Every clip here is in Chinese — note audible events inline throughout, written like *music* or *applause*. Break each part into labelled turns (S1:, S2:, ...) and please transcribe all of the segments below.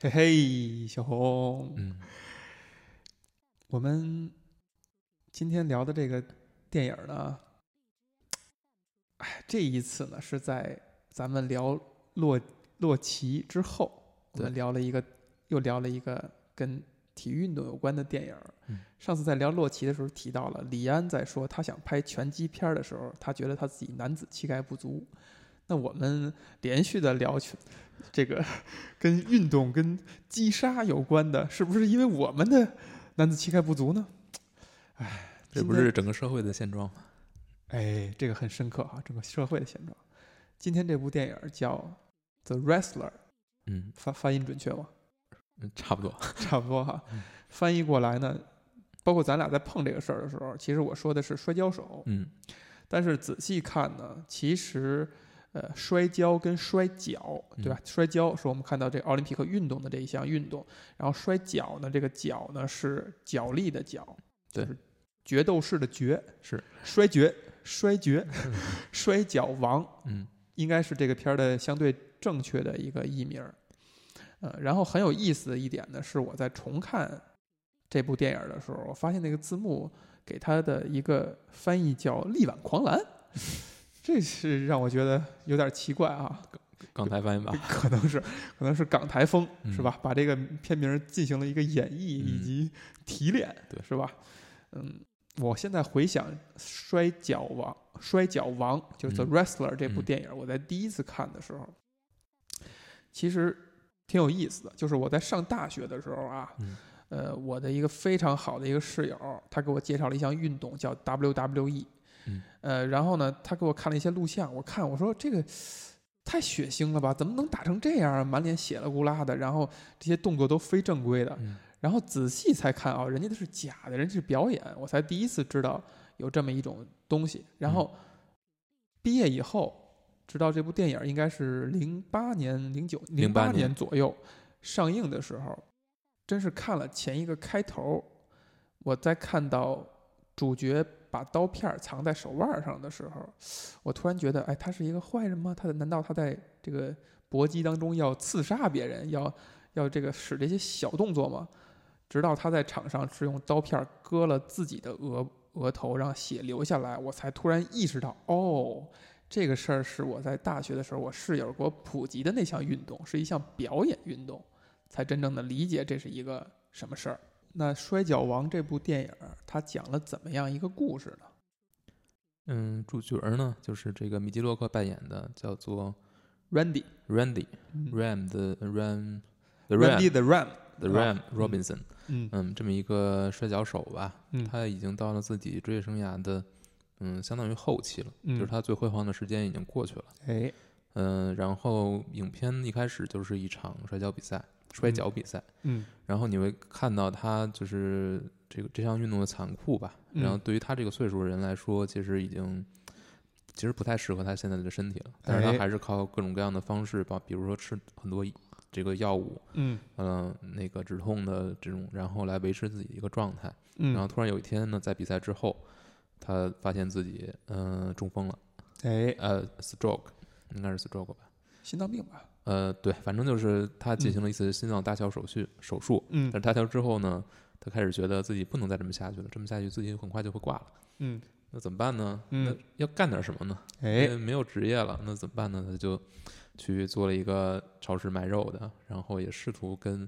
S1: 嘿嘿，小红，
S2: 嗯，
S1: 我们今天聊的这个电影呢，哎，这一次呢是在咱们聊洛洛奇之后，我们
S2: 对
S1: 聊了一个，又聊了一个跟体育运动有关的电影。
S2: 嗯
S1: 上次在聊洛奇的时候提到了李安在说他想拍拳击片儿的时候，他觉得他自己男子气概不足。那我们连续的聊拳这个 *laughs* 跟运动跟击杀有关的，是不是因为我们的男子气概不足呢？哎，
S2: 这不
S1: 今天
S2: 是整个社会的现状吗？
S1: 哎，这个很深刻哈、整个社会的现状。今天这部电影叫《The Wrestler》，
S2: 嗯，
S1: 发发音准确吗？
S2: 嗯差不多。
S1: 差不多哈
S2: 嗯。
S1: 翻译过来呢，包括咱俩在碰这个事儿的时候，其实我说的是摔跤手，
S2: 嗯，
S1: 但是仔细看呢，其实呃，摔跤跟摔跤，对
S2: 嗯
S1: 吧？摔跤是我们看到这奥林匹克运动的这一项运动，然后摔跤呢，这个跤呢是脚力的脚，就
S2: 对
S1: 是决斗士的决，
S2: 是
S1: 摔决、摔决、 *laughs* 摔跤王，
S2: 嗯，
S1: 应该是这个片儿的相对正确的一个译名儿。呃，然后很有意思的一点呢，是我在重看这部电影的时候，我发现那个字幕给它的一个翻译叫“力挽狂澜”，这是让我觉得有点奇怪啊，
S2: 刚才发现吧，
S1: *laughs* 可能是可能是港台风、
S2: 嗯
S1: 是吧？把这个片名进行了一个演绎
S2: 嗯
S1: 以及提炼，
S2: 对
S1: 是吧？嗯，我现在回想《摔跤王》《摔跤王》就是《The
S2: 嗯
S1: Wrestler》这部
S2: 嗯
S1: 电影，我在第一次看的时候，其实挺有意思的。就是我在上大学的时候啊， *laughs*
S2: 嗯
S1: 呃，我的一个非常好的一个室友，他给我介绍了一项运动叫 WWE，、
S2: 嗯
S1: 呃，然后呢，他给我看了一些录像，我看我说这个太血腥了吧，怎么能打成这样啊？满脸血了咕啦的，然后这些动作都非正规的，
S2: 嗯
S1: 然后仔细才看啊，人家的是假的，人家是表演，我才第一次知道有这么一种东西。然后毕业以后，知道这部电影应该是零八年、零九、零
S2: 08年
S1: 年左右上映的时候，真是看了前一个开头，我在看到主角把刀片儿藏在手腕上的时候，我突然觉得，哎，他是一个坏人吗？他难道他在这个搏击当中要刺杀别人，要要这个使这些小动作吗？直到他在场上是用刀片儿割了自己的额额头，让血流下来，我才突然意识到，哦，这个事儿是我在大学的时候我室友给我普及的那项运动，是一项表演运动，才真正的理解这是一个什么事儿。那《摔跤王》这部电影儿，它讲了怎么样一个故事呢？
S2: 嗯，主角儿呢就是这个米基洛克扮演的，叫做
S1: Randy， *laughs*
S2: Randy
S1: 嗯
S2: Ram 的 Ram the
S1: Randy
S2: Ram
S1: the Ram，
S2: the
S1: 是吧
S2: Ram Robinson，
S1: 嗯
S2: 嗯，这么一个摔跤手吧，
S1: 嗯
S2: 他已经到了自己职业生涯的嗯相当于后期了，
S1: 嗯
S2: 就是他最辉煌的时间已经过去了。
S1: 哎，
S2: 嗯、然后影片一开始就是一场摔跤比赛，摔跤比赛，
S1: 嗯
S2: 然后你会看到他就是这个这项运动的残酷吧。
S1: 嗯
S2: 然后对于他这个岁数的人来说，其实已经其实不太适合他现在的身体了，但是
S1: 哎
S2: 他还是靠各种各样的方式吧，比如说吃很多这个药物，
S1: 嗯
S2: 嗯、那个止痛的这种，然后来维持自己的一个状态。
S1: 嗯，
S2: 然后突然有一天呢，在比赛之后，他发现自己嗯、呃中风了，
S1: 哎，
S2: 呃，stroke 应该是 stroke 吧。
S1: 心脏病吧？
S2: 呃，对，反正就是他进行了一次心脏搭桥手续手术，
S1: 嗯
S2: 但是搭桥之后呢，他开始觉得自己不能再这么下去了，这么下去自己很快就会挂了。
S1: 嗯，
S2: 那怎么办呢？
S1: 嗯
S2: 那要干点什么呢？因
S1: 哎
S2: 为没有职业了，那怎么办呢？他就去做了一个超市卖肉的，然后也试图跟，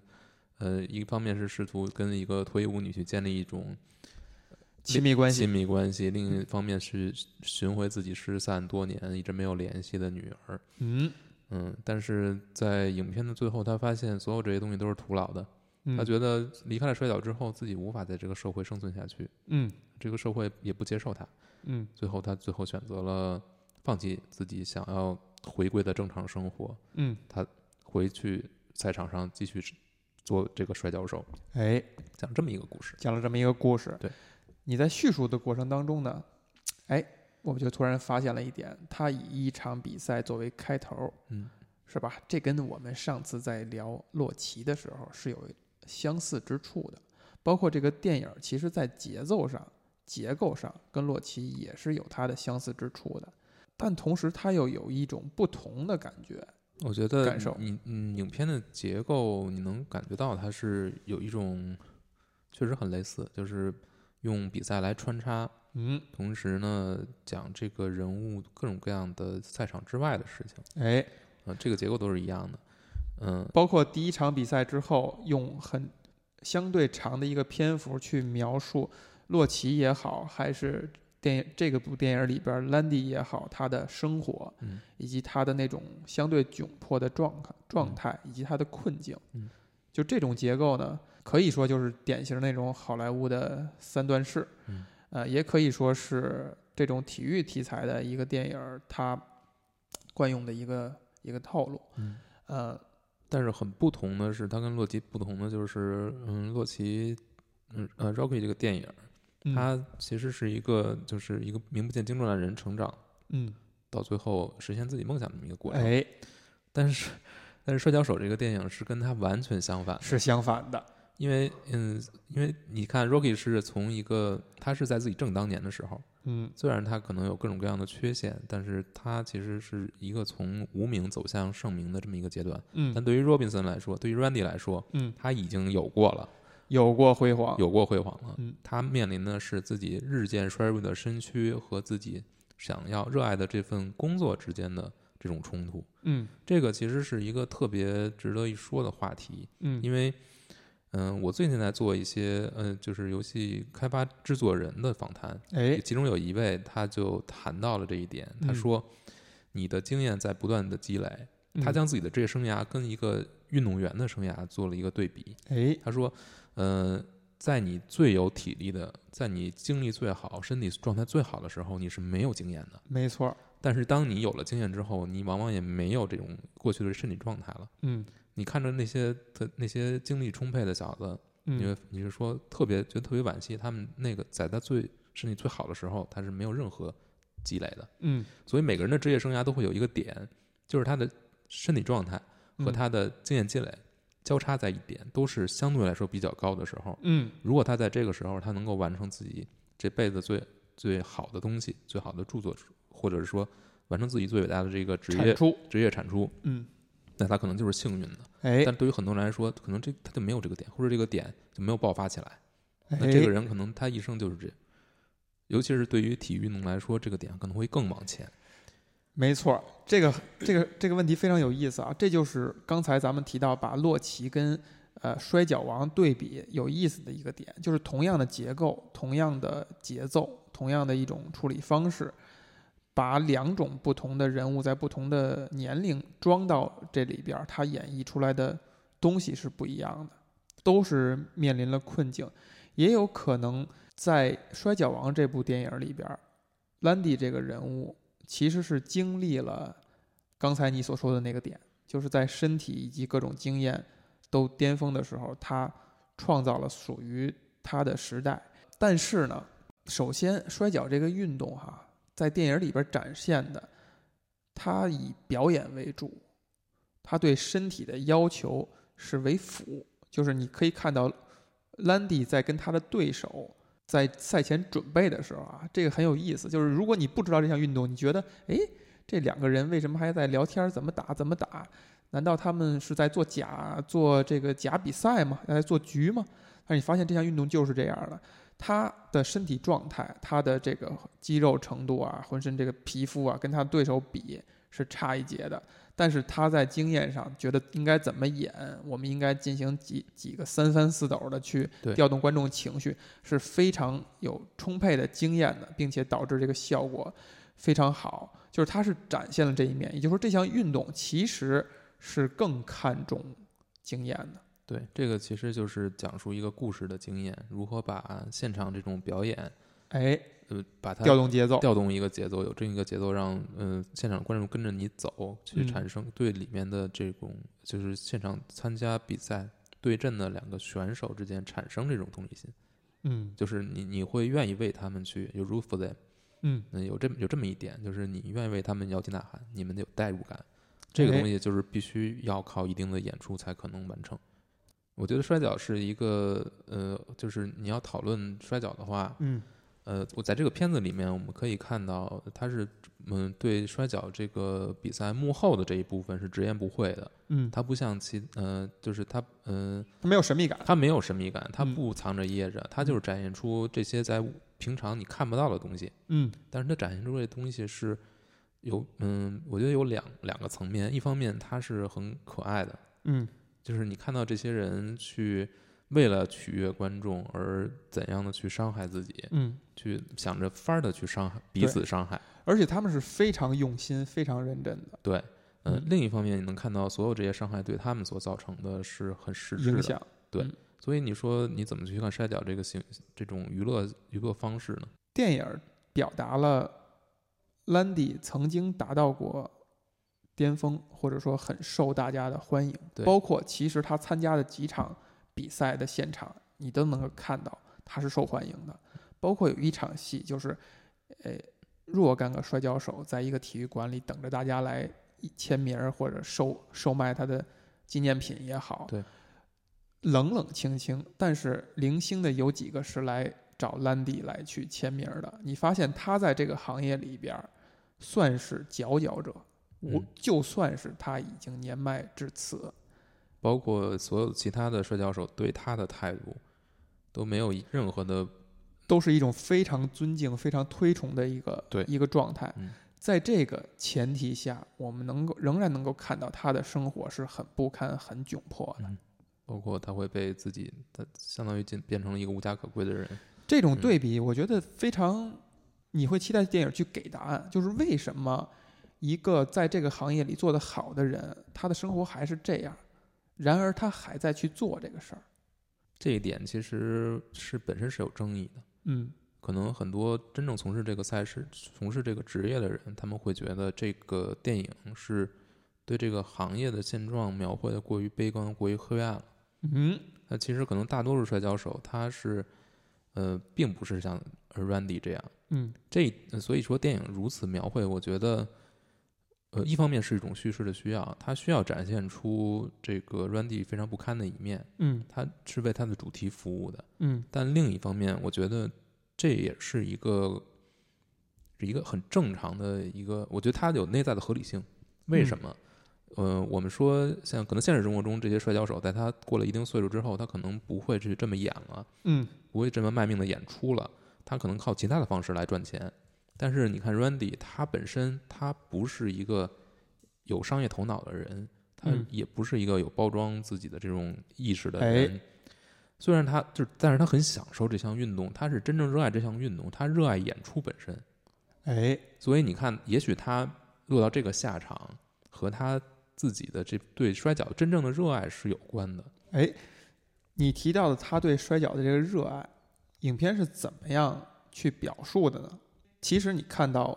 S2: 呃，一方面是试图跟一个脱衣舞女去建立一种
S1: 亲密关系嗯
S2: 亲密关系，另一方面是寻回自己失散多年一直没有联系的女儿。
S1: 嗯
S2: 嗯，但是在影片的最后，他发现所有这些东西都是徒劳的。
S1: 嗯
S2: 他觉得离开了摔跤之后，自己无法在这个社会生存下去，
S1: 嗯
S2: 这个社会也不接受他。
S1: 嗯
S2: 最后，他最后选择了放弃自己想要回归的正常生活，
S1: 嗯，
S2: 回去赛场上继续做这个摔跤手，
S1: 哎，
S2: 讲这么一个故事。
S1: 讲了这么一个故事。
S2: 对，
S1: 你在叙述的过程当中呢，哎，我就突然发现了一点，他以一场比赛作为开头，
S2: 嗯，
S1: 是吧？这跟我们上次在聊洛奇的时候是有相似之处的，包括这个电影，其实在节奏上、结构上跟洛奇也是有它的相似之处的，但同时它又有一种不同的感觉。
S2: 我觉得
S1: 感受
S2: 你嗯，影片的结构你能感觉到它是有一种确实很类似，就是用比赛来穿插，
S1: 嗯，
S2: 同时呢讲这个人物各种各样的赛场之外的事情
S1: 哎，
S2: 啊、这个结构都是一样的。嗯，
S1: 包括第一场比赛之后，用很相对长的一个篇幅去描述洛奇也好，还是电影这个部电影里边兰迪也好，他的生活，
S2: 嗯
S1: 以及他的那种相对窘迫的状态、状态，以及他的困境，
S2: 嗯
S1: 就这种结构呢，可以说就是典型那种好莱坞的三段式，
S2: 嗯
S1: 呃，也可以说是这种体育题材的一个电影儿它惯用的一个一个套路，
S2: 嗯
S1: 呃。
S2: 但是很不同的是，它跟洛奇不同的就是，嗯，洛奇，嗯呃，Rocky 这个电影，
S1: 嗯
S2: 它其实是一个就是一个名不见经传的人成长
S1: 嗯，
S2: 到最后实现自己梦想这么一个过程。
S1: 哎，
S2: 但是，但是《摔跤手》这个电影是跟它完全相反的，
S1: 是相反的，
S2: 因为嗯，因为你看 Rocky 是从一个他是在自己正当年的时候，
S1: 嗯
S2: 虽然他可能有各种各样的缺陷，但是他其实是一个从无名走向盛名的这么一个阶段。但
S1: 嗯
S2: 对于 Robinson 来说，对于 Randy 来说，
S1: 嗯，
S2: 他已经有过了，
S1: 有过辉煌，
S2: 有过辉煌了。
S1: 嗯
S2: 他面临的是自己日渐衰弱的身躯和自己想要热爱的这份工作之间的这种冲突。
S1: 嗯
S2: 这个其实是一个特别值得一说的话题，
S1: 嗯，
S2: 因为，嗯、我最近在做一些，嗯、就是游戏开发制作人的访谈，
S1: 哎，
S2: 其中有一位他就谈到了这一点，他
S1: 嗯
S2: 说，你的经验在不断的积累，
S1: 嗯
S2: 他将自己的职业生涯跟一个运动员的生涯做了一个对比，
S1: 哎，
S2: 他说，呃。在你最有体力的，在你精力最好、身体状态最好的时候，你是没有经验的。
S1: 没错儿，
S2: 但是当你有了经验之后，你往往也没有这种过去的身体状态了。
S1: 嗯
S2: 你看着那些特那些精力充沛的小子，你
S1: 嗯
S2: 会你是说特别觉得特别惋惜，他们那个在他最身体最好的时候，他是没有任何积累的。
S1: 嗯，
S2: 所以每个人的职业生涯都会有一个点，就是他的身体状态和
S1: 嗯
S2: 他的经验积累交叉在一点，都是相对来说比较高的时候。
S1: 嗯
S2: 如果他在这个时候他能够完成自己这辈子最最好的东西、最好的著作，或者是说完成自己最伟大的这个职
S1: 产
S2: 业
S1: 出，
S2: 职业产出，
S1: 嗯，
S2: 那他可能就是幸运的。
S1: 哎，
S2: 但对于很多人来说，可能这他就没有这个点，或者这个点就没有爆发起来。
S1: 哎
S2: 那这个人可能他一生就是这样，尤其是对于体育运动来说，这个点可能会更往前。
S1: 没错儿，这个这个这个问题非常有意思啊，这就是刚才咱们提到把洛奇跟呃摔跤王对比有意思的一个点，就是同样的结构、同样的节奏、同样的一种处理方式，把两种不同的人物在不同的年龄装到这里边儿，他演绎出来的东西是不一样的，都是面临了困境，也有可能在《摔跤王》这部电影里边儿，兰迪这个人物其实是经历了刚才你所说的那个点，就是在身体以及各种经验都巅峰的时候，他创造了属于他的时代。但是呢，首先摔跤这个运动哈、在电影里边展现的，它以表演为主，他对身体的要求是为辅，就是你可以看到兰迪在跟他的对手在赛前准备的时候啊，这个很有意思。就是如果你不知道这项运动，你觉得，诶，这两个人为什么还在聊天？怎么打？怎么打？难道他们是在做假做这个假比赛吗？在做局吗？但是你发现这项运动就是这样的，他的身体状态、他的这个肌肉程度啊、浑身这个皮肤啊，跟他对手比是差一截的。但是他在经验上觉得应该怎么演，我们应该进行几几个三翻四抖的去
S2: 对
S1: 调动观众情绪，是非常有充沛的经验的，并且导致这个效果非常好。就是他是展现了这一面，也就是说，这项运动其实是更看重经验的。
S2: 对，这个其实就是讲述一个故事的经验，如何把现场这种表演，
S1: 哎，
S2: 呃，把它
S1: 调动节奏，
S2: 调动一个节奏，有这样一个节奏让，嗯现场观众跟着你走，去
S1: 嗯
S2: 产生对里面的这种，就是现场参加比赛对阵的两个选手之间产生这种同理心，
S1: 嗯
S2: 就是你你会愿意为他们去，有 root for them，
S1: 嗯，
S2: 嗯，有这么有这么一点，就是你愿意为他们摇旗呐喊，你们有代入感，这个
S1: 哎
S2: 东西就是必须要靠一定的演出才可能完成。我觉得摔跤是一个，呃，就是你要讨论摔跤的话，
S1: 嗯
S2: 呃，我在这个片子里面，我们可以看到，他是嗯对摔跤这个比赛幕后的这一部分是直言不讳的，
S1: 嗯，
S2: 他不像其呃，就是他嗯、
S1: 他没有神秘感，
S2: 他没有神秘感，他
S1: 嗯
S2: 不藏着掖着，他就是展现出这些在平常你看不到的东西，
S1: 嗯
S2: 但是他展现出这东西是有嗯，我觉得有两两个层面，一方面他是很可爱的，
S1: 嗯
S2: 就是你看到这些人去为了取悦观众而怎样的去伤害自己，
S1: 嗯，
S2: 去想着法儿的去伤害彼
S1: 对
S2: 此伤害。
S1: 而且他们是非常用心、非常认真的
S2: 对，嗯、
S1: 嗯
S2: 另一方面你能看到所有这些伤害对他们所造成的是很实质
S1: 影
S2: 的。
S1: 响，
S2: 所以你说你怎么去看摔跤这个形这种娱乐娱乐方式呢？
S1: 电影儿表达了兰迪曾经达到过巅峰，或者说很受大家的欢迎
S2: 对。
S1: 包括其实他参加的几场比赛的现场，你都能够看到他是受欢迎的。包括有一场戏就是，呃，若干个摔跤手在一个体育馆里等着大家来签名儿或者售售卖他的纪念品也好，
S2: 对，
S1: 冷冷清清，但是零星的有几个是来找兰迪来去签名儿的。你发现他在这个行业里边儿算是佼佼者，我
S2: 嗯
S1: 就算是他已经年迈至此，
S2: 包括所有其他的摔跤手对他的态度都没有任何的
S1: 都是一种非常尊敬、非常推崇的一个
S2: 对
S1: 一个状态
S2: 嗯。
S1: 在这个前提下，我们能够仍然能够看到他的生活是很不堪、很窘迫
S2: 嗯
S1: 的。
S2: 包括他会被自己，他相当于变变成了一个无家可归的人。
S1: 这种
S2: 嗯
S1: 对比，我觉得非常，你会期待电影去给答案，就是为什么一个在这个行业里做得好的人，他的生活还是这样，然而他还在去做这个事儿。
S2: 这一点其实是本身是有争议的。
S1: 嗯，
S2: 可能很多真正从事这个赛事、从事这个职业的人，他们会觉得这个电影是对这个行业的现状描绘的过于悲观、过于黑暗了。
S1: 嗯，
S2: 那其实可能大多数摔跤手他是，呃，并不是像呃 Randy 这样。
S1: 嗯，
S2: 这呃所以说电影如此描绘，我觉得，呃，一方面是一种叙事的需要，它需要展现出这个 Randy 非常不堪的一面，
S1: 嗯，
S2: 它是为它的主题服务的。
S1: 嗯，
S2: 但另一方面，我觉得这也是一个一个很正常的一个，我觉得它有内在的合理性。为什么？呃，我们说像可能现实生活中这些摔跤手，在他过了一定岁数之后，他可能不会去这么演了，
S1: 嗯，
S2: 不会这么卖命的演出了，他可能靠其他的方式来赚钱。但是你看 Randy，他本身他不是一个有商业头脑的人，他
S1: 嗯
S2: 也不是一个有包装自己的这种意识的
S1: 哎
S2: 人。虽然他就是，但是他很享受这项运动，他是真正热爱这项运动，他热爱演出本身。
S1: 哎，
S2: 所以你看，也许他落到这个下场，和他自己的这对摔跤真正的热爱是有关的。
S1: 哎，你提到的他对摔跤的这个热爱，影片是怎么样去表述的呢？其实你看到，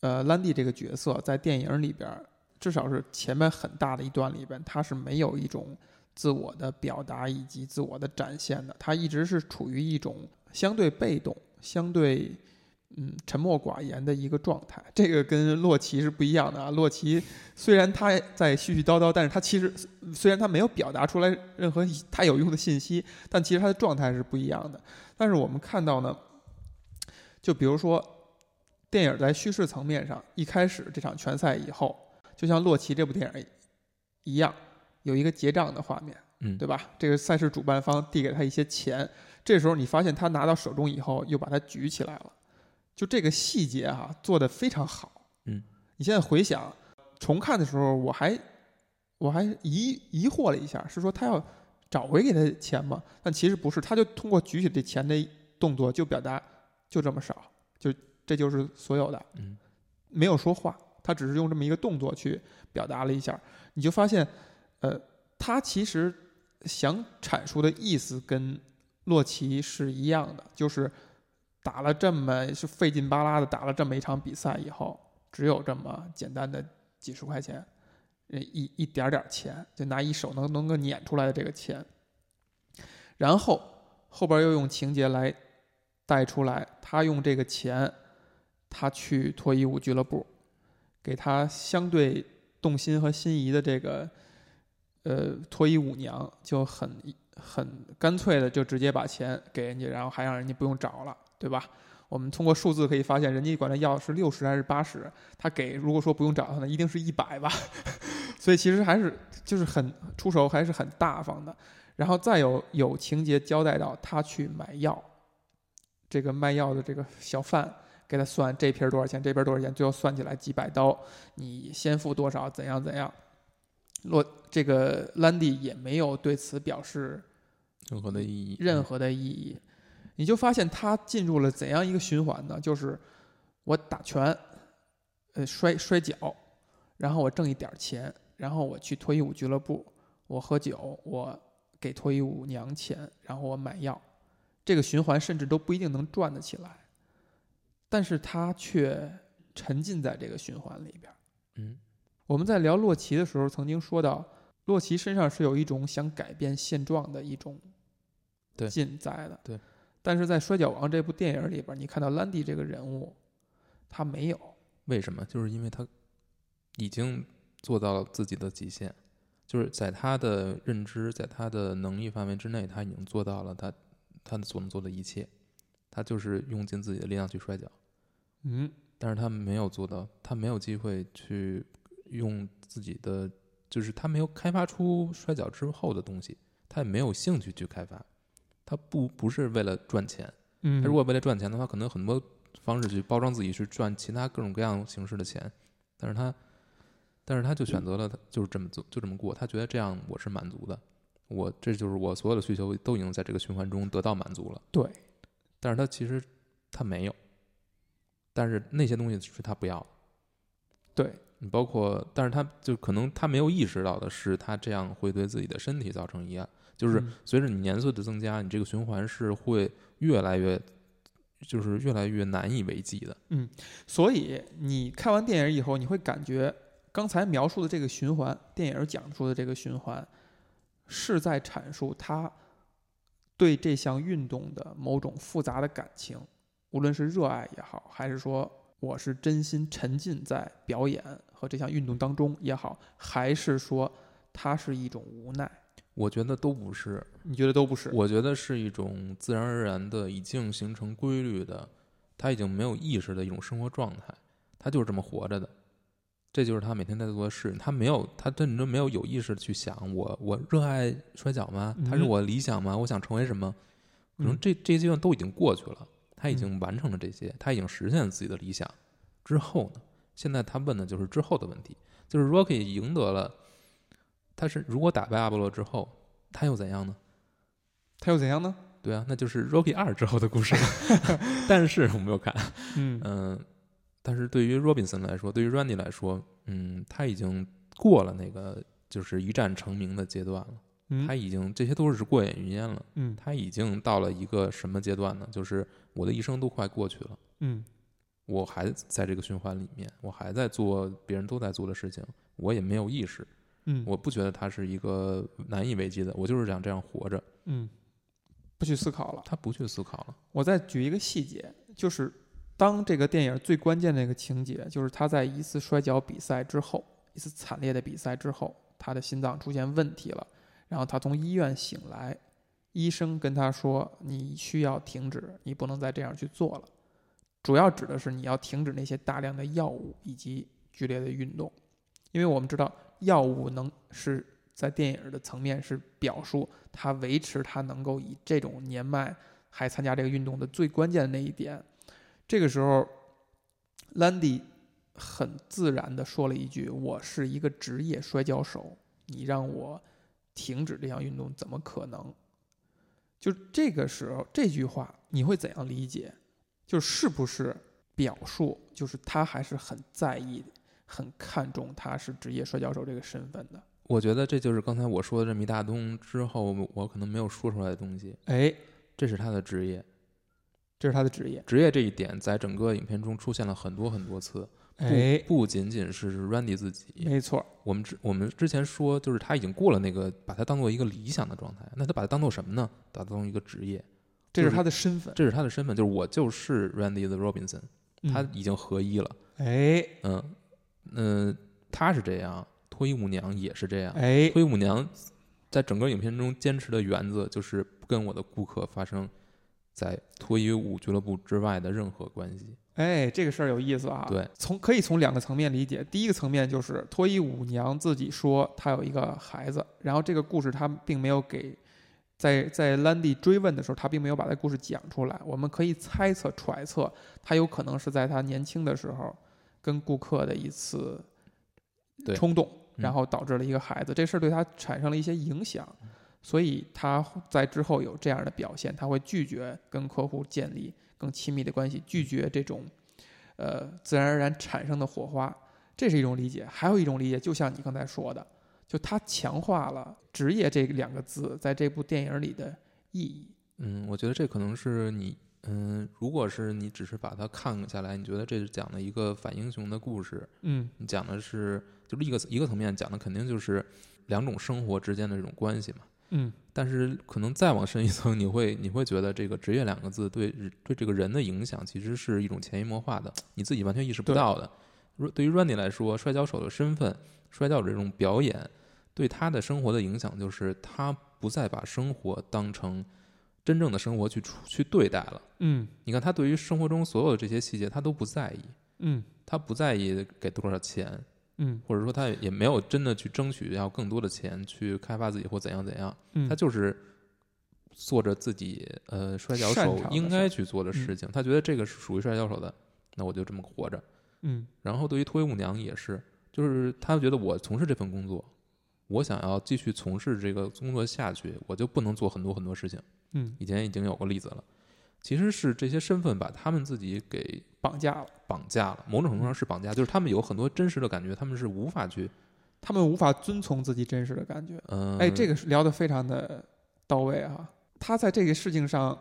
S1: 呃，兰蒂这个角色在电影里边儿，至少是前面很大的一段里边，他是没有一种自我的表达以及自我的展现的，他一直是处于一种相对被动、相对。嗯，沉默寡言的一个状态，这个跟洛奇是不一样的啊。洛奇虽然他在絮絮叨叨，但是他其实虽然他没有表达出来任何他有用的信息，但其实他的状态是不一样的。但是我们看到呢，就比如说电影在叙事层面上，一开始这场拳赛以后，就像《洛奇》这部电影一样，有一个结账的画面，
S2: 嗯，
S1: 对吧？这个赛事主办方递给他一些钱，这时候你发现他拿到手中以后，又把它举起来了，就这个细节哈、做得非常好。
S2: 嗯，
S1: 你现在回想重看的时候，我还我还疑疑惑了一下，是说他要找回给他钱吗？但其实不是，他就通过举起这钱的动作就表达就这么少，就这就是所有的。
S2: 嗯，
S1: 没有说话，他只是用这么一个动作去表达了一下，你就发现，呃，他其实想阐述的意思跟洛奇是一样的，就是打了这么是费劲巴拉的打了这么一场比赛以后，只有这么简单的几十块钱，呃，一一点点钱，就拿一手能能够撵出来的这个钱，然后后边又用情节来带出来，他用这个钱。他去脱衣舞俱乐部，给他相对动心和心仪的这个呃脱衣舞娘就很很干脆的就直接把钱给人家，然后还让人家不用找了，对吧？我们通过数字可以发现，人家管他要是六十还是八十，他给如果说不用找他呢，一定是一百吧。所以其实还是就是很出手还是很大方的。然后再有有情节交代到他去买药，这个卖药的这个小贩给他算这瓶儿多少钱，这瓶儿多少钱，最后算起来几百刀，你先付多少，怎样怎样。洛这个兰迪也没有对此表示
S2: 任何的意义，
S1: 嗯任何的意义，你就发现他进入了怎样一个循环呢？就是我打拳，呃，摔摔跤，然后我挣一点儿钱，然后我去脱衣舞俱乐部，我喝酒，我给脱衣舞娘钱，然后我买药，这个循环甚至都不一定能转得起来，但是他却沉浸在这个循环里边儿。
S2: 嗯
S1: 我们在聊洛奇的时候，曾经说到，洛奇身上是有一种想改变现状的一种
S2: 对
S1: 劲在的。
S2: 对
S1: 但是在《摔跤王》这部电影里边，你看到兰迪这个人物，他没有。
S2: 为什么？就是因为他已经做到了自己的极限，就是在他的认知、在他的能力范围之内，他已经做到了他他所能做的一切。他就是用尽自己的力量去摔跤，
S1: 嗯，
S2: 但是他没有做到，他没有机会去用自己的，就是他没有开发出摔跤之后的东西，他也没有兴趣去开发。他不不是为了赚钱，
S1: 嗯
S2: 他如果为了赚钱的话，可能有很多方式去包装自己，去赚其他各种各样形式的钱。但是他，但是他就选择了，他就是这么做，就这么过。他觉得这样我是满足的，我这就是我所有的需求都已经在这个循环中得到满足了。
S1: 对，
S2: 但是他其实他没有，但是那些东西是他不要的。
S1: 对，
S2: 你包括，但是他就可能他没有意识到的是，他这样会对自己的身体造成遗憾。就是
S1: 嗯
S2: 随着你年岁的增加，你这个循环是会越来越，就是越来越难以为继的。
S1: 所以你看完电影以后，你会感觉刚才描述的这个循环，电影讲述的这个循环，是在阐述他对这项运动的某种复杂的感情，无论是热爱也好，还是说我是真心沉浸在表演和这项运动当中也好，还是说它是一种无奈，
S2: 我觉得都不是，
S1: 你觉得都不是？
S2: 我觉得是一种自然而然的、已经形成规律的，他已经没有意识的一种生活状态，他就是这么活着的，这就是他每天在做的事。他没有，他真的没有有意识的去想我，我热爱摔跤吗？
S1: 嗯
S2: 他是我理想吗？我想成为什么？可能
S1: 嗯
S2: 这这些阶段都已经过去了，他已经完成了这些，他已经实现了自己的理想。之后呢？现在他问的就是之后的问题，就是 Rocky 赢得了，他是如果打败阿波罗之后，他又怎样呢？
S1: 它又怎样呢？
S2: 对啊，那就是 Rocky 二之后的故事， *laughs* 但是我没有看。
S1: 嗯
S2: 嗯、但是对于 Robinson 来说，对于 Randy 来说，嗯，他已经过了那个就是一战成名的阶段了，
S1: 嗯
S2: 他已经这些都是过眼云烟了，
S1: 嗯
S2: 他已经到了一个什么阶段呢？就是我的一生都快过去了，
S1: 嗯
S2: 我还在这个循环里面，我还在做别人都在做的事情，我也没有意识，
S1: 嗯，
S2: 我不觉得他是一个难以为继的，我就是想这样活着，
S1: 嗯不去思考了。
S2: 他不去思考了，
S1: 我再举一个细节，就是当这个电影最关键的一个情节，就是他在一次摔跤比赛之后，一次惨烈的比赛之后，他的心脏出现问题了，然后他从医院醒来，医生跟他说：“你需要停止，你不能再这样去做了。”主要指的是你要停止那些大量的药物以及剧烈的运动，因为我们知道药物能是在电影的层面是表述他维持他能够以这种年迈还参加这个运动的最关键的那一点。这个时候，兰迪很自然地说了一句：“我是一个职业摔跤手，你让我停止这项运动，怎么可能？”就这个时候，这句话你会怎样理解？就是不是表述，就是他还是很在意、很看重他是职业摔跤手这个身份的。
S2: 我觉得这就是刚才我说的这么一大通之后，我可能没有说出来的东西。
S1: 哎，
S2: 这是他的职业，
S1: 这是他的职业。
S2: 职业这一点在整个影片中出现了很多很多次。不
S1: 哎，
S2: 不仅仅是 Randy 自己，
S1: 没错，
S2: 我们之我们之前说，就是他已经过了那个把它当做一个理想的状态。那他把它当做什么呢？把它当做一个职业，
S1: 这
S2: 就是是
S1: 他的身份。
S2: 这是他的身份，就是我就是 Randy 的 Robinson，他
S1: 嗯
S2: 已经合一了。
S1: 哎
S2: 嗯嗯、呃他是这样，脱衣舞娘也是这样。
S1: 哎，
S2: 灰舞娘在整个影片中坚持的原则就是不跟我的顾客发生在脱离舞俱乐部之外的任何关系。
S1: 哎，这个事儿有意思啊。
S2: 对，
S1: 从可以从两个层面理解。第一个层面就是脱衣舞娘自己说她有一个孩子，然后这个故事她并没有给在在兰迪追问的时候，她并没有把这故事讲出来。我们可以猜测揣测，她有可能是在她年轻的时候跟顾客的一次
S2: 对
S1: 冲动，
S2: 嗯
S1: 然后导致了一个孩子。这事儿对她产生了一些影响。所以她在之后有这样的表现，她会拒绝跟客户建立更亲密的关系，拒绝这种呃自然而然产生的火花，这是一种理解。还有一种理解，就像你刚才说的，就它强化了“职业”这两个字在这部电影里的意义。
S2: 嗯，我觉得这可能是你，嗯，如果是你只是把它看下来，你觉得这是讲的一个反英雄的故事，
S1: 嗯
S2: 你讲的是就是一个一个层面讲的肯定就是两种生活之间的这种关系嘛。
S1: 嗯，
S2: 但是可能再往深一层，你会你会觉得这个职业两个字对对这个人的影响，其实是一种潜移默化的，你自己完全意识不
S1: 对
S2: 到的。如对于 Randy 来说，摔跤手的身份、摔跤手这种表演，对他的生活的影响就是他不再把生活当成真正的生活去处去对待了。
S1: 嗯
S2: 你看，他对于生活中所有的这些细节，他都不在意，
S1: 嗯
S2: 他不在意给多少钱，
S1: 嗯
S2: 或者说他也没有真的去争取要更多的钱去开发自己或怎样怎样。
S1: 嗯，
S2: 他就是做着自己呃摔跤
S1: 擅
S2: 手
S1: 长的
S2: 应
S1: 事儿
S2: 该去做的事情，他觉得这个是属于摔跤手的，那我就这么活着。
S1: 嗯
S2: 然后对于脱衣舞娘也是，就是他觉得我从事这份工作，我想要继续从事这个工作下去，我就不能做很多很多事情。
S1: 嗯
S2: 以前已经有过例子了，其实是这些身份把他们自己给
S1: 绑架了，
S2: 绑架了，某种程度上是绑架，就是他们有很多真实的感觉，他们是无法去
S1: 他们无法遵从自己真实的感觉。
S2: 嗯，
S1: 哎，这个是聊得非常的到位啊。他在这个事情上，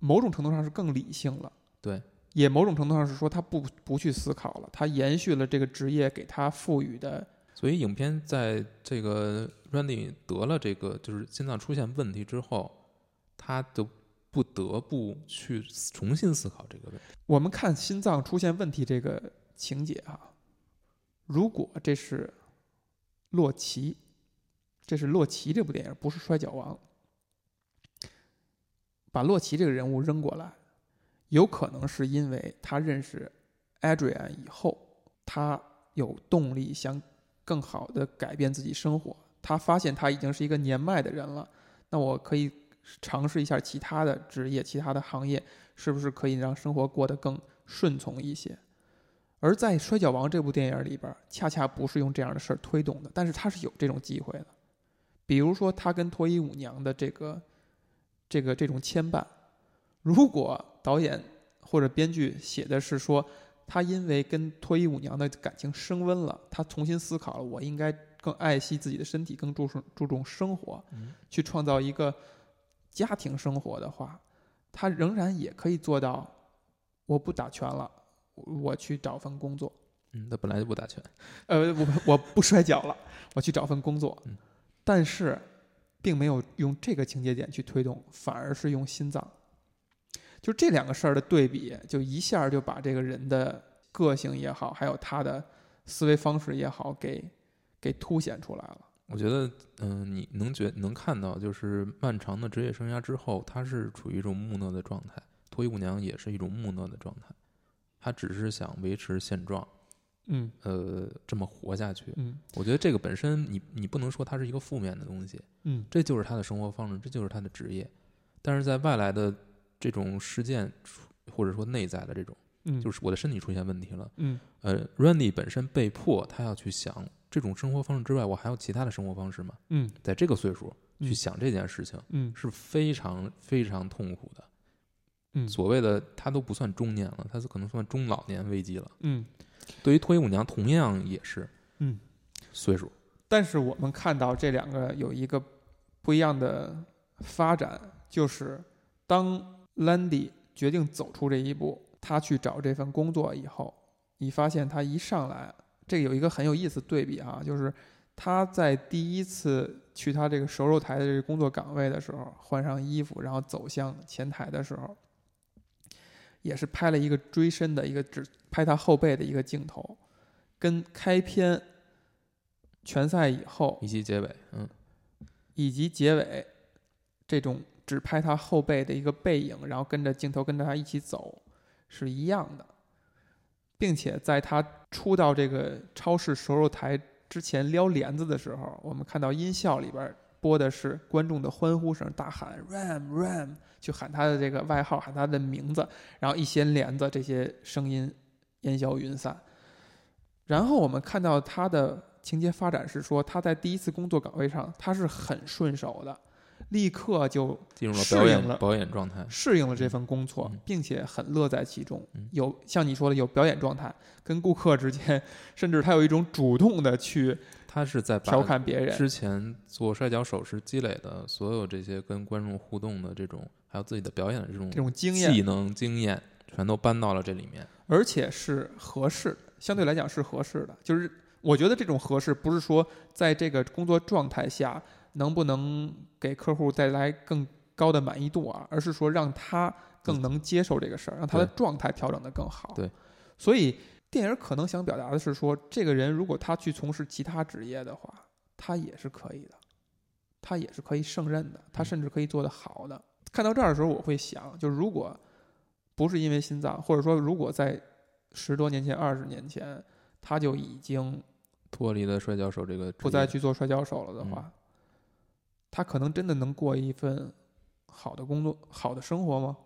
S1: 某种程度上是更理性了，
S2: 对，
S1: 也某种程度上是说他不不去思考了，他延续了这个职业给他赋予的，
S2: 所以影片在这个 Randy 得了这个就是心脏出现问题之后，他就不得不去重新思考这个问题。
S1: 我们看心脏出现问题这个情节啊，如果这是洛奇，这是洛奇这部电影，不是摔跤王，把洛奇这个人物扔过来，有可能是因为他认识 Adrian 以后，他有动力想更好的改变自己生活，他发现他已经是一个年迈的人了，那我可以尝试一下其他的职业、其他的行业。是不是可以让生活过得更顺从一些？而在《摔跤王》这部电影里边儿，恰恰不是用这样的事儿推动的，但是他是有这种机会的。比如说，他跟脱衣舞娘的这个、这个、这种牵绊，如果导演或者编剧写的是说他因为跟脱衣舞娘的感情升温了，他重新思考了，我应该更爱惜自己的身体，更注重注重生活，
S2: 嗯
S1: 去创造一个家庭生活的话，他仍然也可以做到，我不打拳了，我我去找份工作，
S2: 嗯，他本来就不打拳，
S1: 呃，我我不摔跤了，我去找份工作
S2: 嗯。
S1: 但是，并没有用这个情节点去推动，反而是用心脏。就这两个事儿的对比，就一下就把这个人的个性也好，还有他的思维方式也好，给给凸显出来了。
S2: 我觉得，嗯、你能觉能看到，就是漫长的职业生涯之后，他是处于一种木讷的状态，脱衣舞娘也是一种木讷的状态，他只是想维持现状，
S1: 嗯
S2: 呃，这么活下去。
S1: 嗯
S2: 我觉得这个本身你，你不能说它是一个负面的东西，
S1: 嗯
S2: 这就是他的生活方式，这就是他的职业。但是在外来的这种事件，或者说内在的这种，
S1: 嗯，
S2: 就是是我的身体出现问题了。
S1: 嗯
S2: 呃，Randy 本身被迫他要去想，这种生活方式之外，我还有其他的生活方式吗？
S1: 嗯
S2: 在这个岁数
S1: 嗯
S2: 去想这件事情
S1: 嗯
S2: 是非常非常痛苦的。
S1: 嗯
S2: 所谓的他都不算中年了，他是可能算中老年危机了。
S1: 嗯。
S2: 对于脱衣舞娘，同样也是，
S1: 嗯，
S2: 岁数，
S1: 但是我们看到这两个有一个不一样的发展，就是当 Landy 决定走出这一步，他去找这份工作以后，你发现他一上来，这个有一个很有意思对比啊，就是他在第一次去他这个熟肉台的这个工作岗位的时候，换上衣服，然后走向前台的时候，也是拍了一个追身的一个只拍他后背的一个镜头，跟开篇。拳赛以后
S2: 以及结尾，嗯，
S1: 以及结尾这种只拍他后背的一个背影，然后跟着镜头跟着他一起走是一样的，并且在他出到这个超市熟肉台之前撩帘子的时候，我们看到音效里边播的是观众的欢呼声，大喊 “Ram Ram”，去喊他的这个外号，喊他的名字，然后一掀帘子，这些声音烟消云散。然后我们看到他的情节发展是说，他在第一次工作岗位上，他是很顺手的，立刻就
S2: 进入了
S1: 适
S2: 表
S1: 应
S2: 演
S1: 了
S2: 表演状态，
S1: 适应了这份工作
S2: 嗯，
S1: 并且很乐在其中
S2: 嗯。
S1: 有像你说的，有表演状态，跟顾客之间， *laughs* 甚至他有一种主动的去
S2: 他是在把
S1: 调侃别人。
S2: 之前做摔跤手时积累的所有这些跟观众互动的这种，还有自己的表演的这种
S1: 这种经
S2: 技
S1: 验，
S2: 能经验，全都搬到了这里面。
S1: 而且是合适的，相对来讲是合适的。就是我觉得这种合适，不是说在这个工作状态下能不能给客户带来更高的满意度啊，而是说让他更能接受这个事儿，让他的
S2: 嗯对
S1: 状态调整得更好。
S2: 对，
S1: 所以电影可能想表达的是说，这个人如果他去从事其他职业的话，他也是可以的，他也是可以胜任的，他
S2: 嗯
S1: 甚至可以做得好的。看到这儿的时候，我会想，就如果不是因为心脏，或者说如果在十多年前、二十年前，他就已经
S2: 脱离了摔跤手这个职
S1: 不再
S2: 业
S1: 去做摔跤手了的话，他可能真的能过一份好的工作、好的生活吗？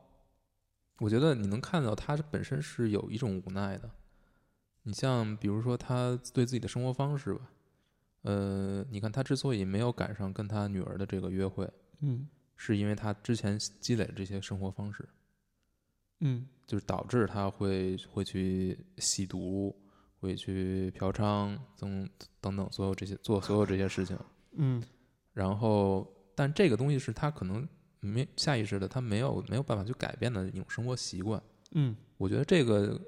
S2: 我觉得你能看到他本身是有一种无奈的。你像比如说他对自己的生活方式吧，呃，你看他之所以没有赶上跟他女儿的这个约会，
S1: 嗯
S2: 是因为他之前积累的这些生活方式，
S1: 嗯
S2: 就是导致他会会去吸毒，会去嫖娼等等等所有这些做所有这些事情。
S1: 嗯
S2: 然后，但这个东西是他可能没下意识的，他没有没有办法去改变的一种生活习惯。
S1: 嗯
S2: 我觉得这个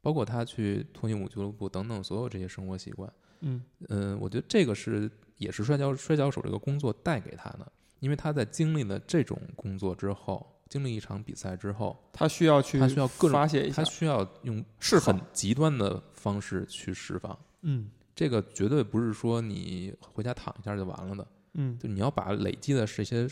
S2: 包括他去脱衣舞俱乐部等等所有这些生活习惯，
S1: 嗯
S2: 嗯、我觉得这个是也是摔跤摔跤手这个工作带给他的，因为他在经历了这种工作之后，经历一场比赛之后，
S1: 他需要去
S2: 他需要各种
S1: 发泄一下
S2: 他，需要用
S1: 释放
S2: 很极端的方式去释放。
S1: 嗯
S2: 这个绝对不是说你回家躺一下就完了的，
S1: 嗯
S2: 就你要把累积的这些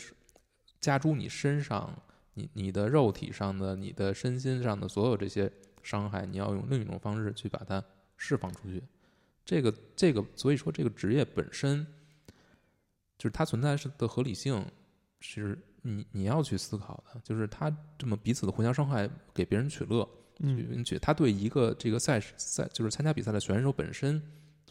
S2: 加诸你身上，你你的肉体上的、你的身心上的所有这些伤害，你要用另一种方式去把它释放出去。这个这个，所以说这个职业本身就是它存在是的合理性，是你你要去思考的，就是它这么彼此的互相伤害，给别人取乐，去
S1: 嗯
S2: 允许他对一个这个赛事赛就是参加比赛的选手本身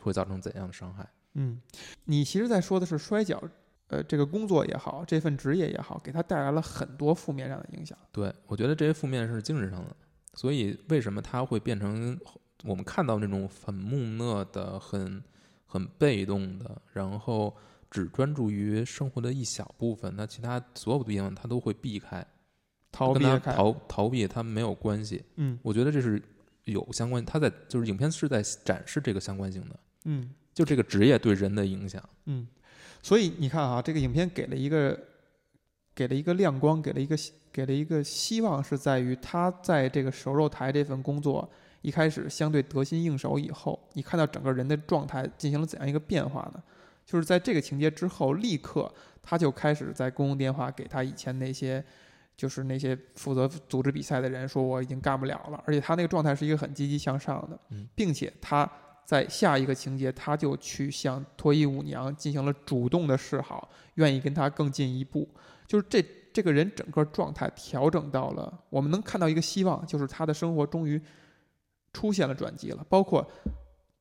S2: 会造成怎样的伤害？
S1: 嗯，你其实在说的是摔跤，呃，这个工作也好，这份职业也好，给他带来了很多负面上的影响。
S2: 对，我觉得这些负面是精神上的，所以为什么他会变成我们看到那种很木讷的、很很被动的，然后只专注于生活的一小部分，那其他所有的地方他都会避开，
S1: 逃避
S2: 跟他
S1: 开，
S2: 逃逃避他没有关系。
S1: 嗯
S2: 我觉得这是有相关，他在就是影片是在展示这个相关性的，
S1: 嗯
S2: 就这个职业对人的影响。
S1: 嗯，所以你看啊，这个影片给了一个给了一个亮光，给了一个希给了一个希望，是在于他在这个熟肉台这份工作一开始相对得心应手以后，你看到整个人的状态进行了怎样一个变化呢？就是在这个情节之后，立刻他就开始在公用电话给他以前那些。就是那些负责组织比赛的人说我已经干不了了，而且他那个状态是一个很积极向上的，
S2: 嗯
S1: 并且他在下一个情节他就去向脱衣舞娘进行了主动的示好，愿意跟他更进一步。就是这这个人整个状态调整到了，我们能看到一个希望，就是他的生活终于出现了转机了。包括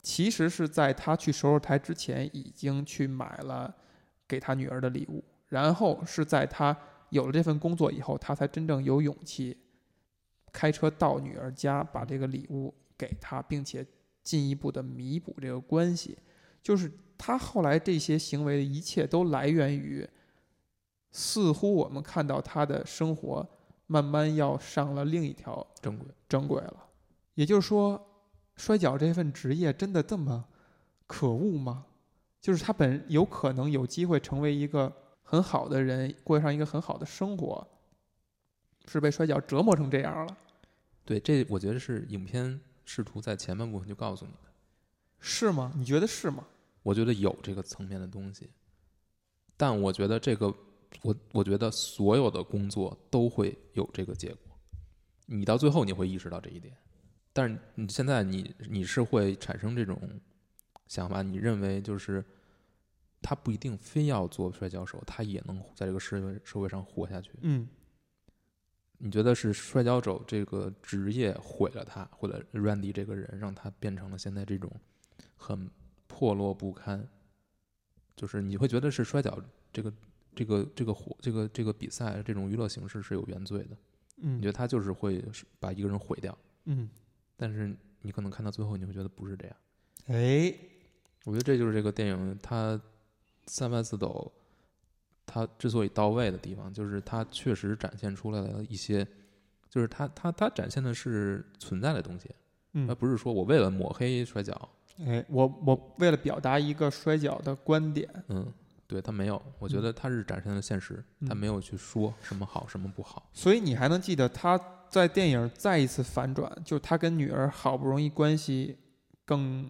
S1: 其实是在他去首尔台之前，已经去买了给他女儿的礼物，然后是在他有了这份工作以后，他才真正有勇气开车到女儿家，把这个礼物给她，并且进一步的弥补这个关系。就是他后来这些行为的一切都来源于，似乎我们看到他的生活慢慢要上了另一条
S2: 正轨，
S1: 正轨了。也就是说，摔跤这份职业真的这么可恶吗？就是他本有可能有机会成为一个很好的人，过上一个很好的生活，是被摔跤折磨成这样了。
S2: 对，这我觉得是影片试图在前半部分就告诉你的。
S1: 是吗？你觉得是吗？
S2: 我觉得有这个层面的东西，但我觉得这个我我觉得所有的工作都会有这个结果，你到最后你会意识到这一点，但是你现在你你是会产生这种想法，你认为就是他不一定非要做摔跤手，他也能在这个社会社会上活下去。
S1: 嗯，
S2: 你觉得是摔跤手这个职业毁了他，毁了 Randy 这个人，让他变成了现在这种很破落不堪？就是你会觉得是摔跤这个这个这个活这个这个比赛这种娱乐形式是有原罪的？
S1: 嗯
S2: 你觉得他就是会把一个人毁掉？
S1: 嗯，
S2: 但是你可能看到最后，你会觉得不是这样。
S1: 哎，
S2: 我觉得这就是这个电影它三番四抖，它之所以到位的地方，就是它确实展现出来了一些，就是它它它展现的是存在的东西，而
S1: 嗯，
S2: 不是说我为了抹黑摔跤，
S1: 哎，我我为了表达一个摔跤的观点，
S2: 嗯，对，它没有，我觉得它是展现了现实，它
S1: 嗯
S2: 没有去说什么好什么不好，
S1: 所以你还能记得他在电影再一次反转，就是他跟女儿好不容易关系更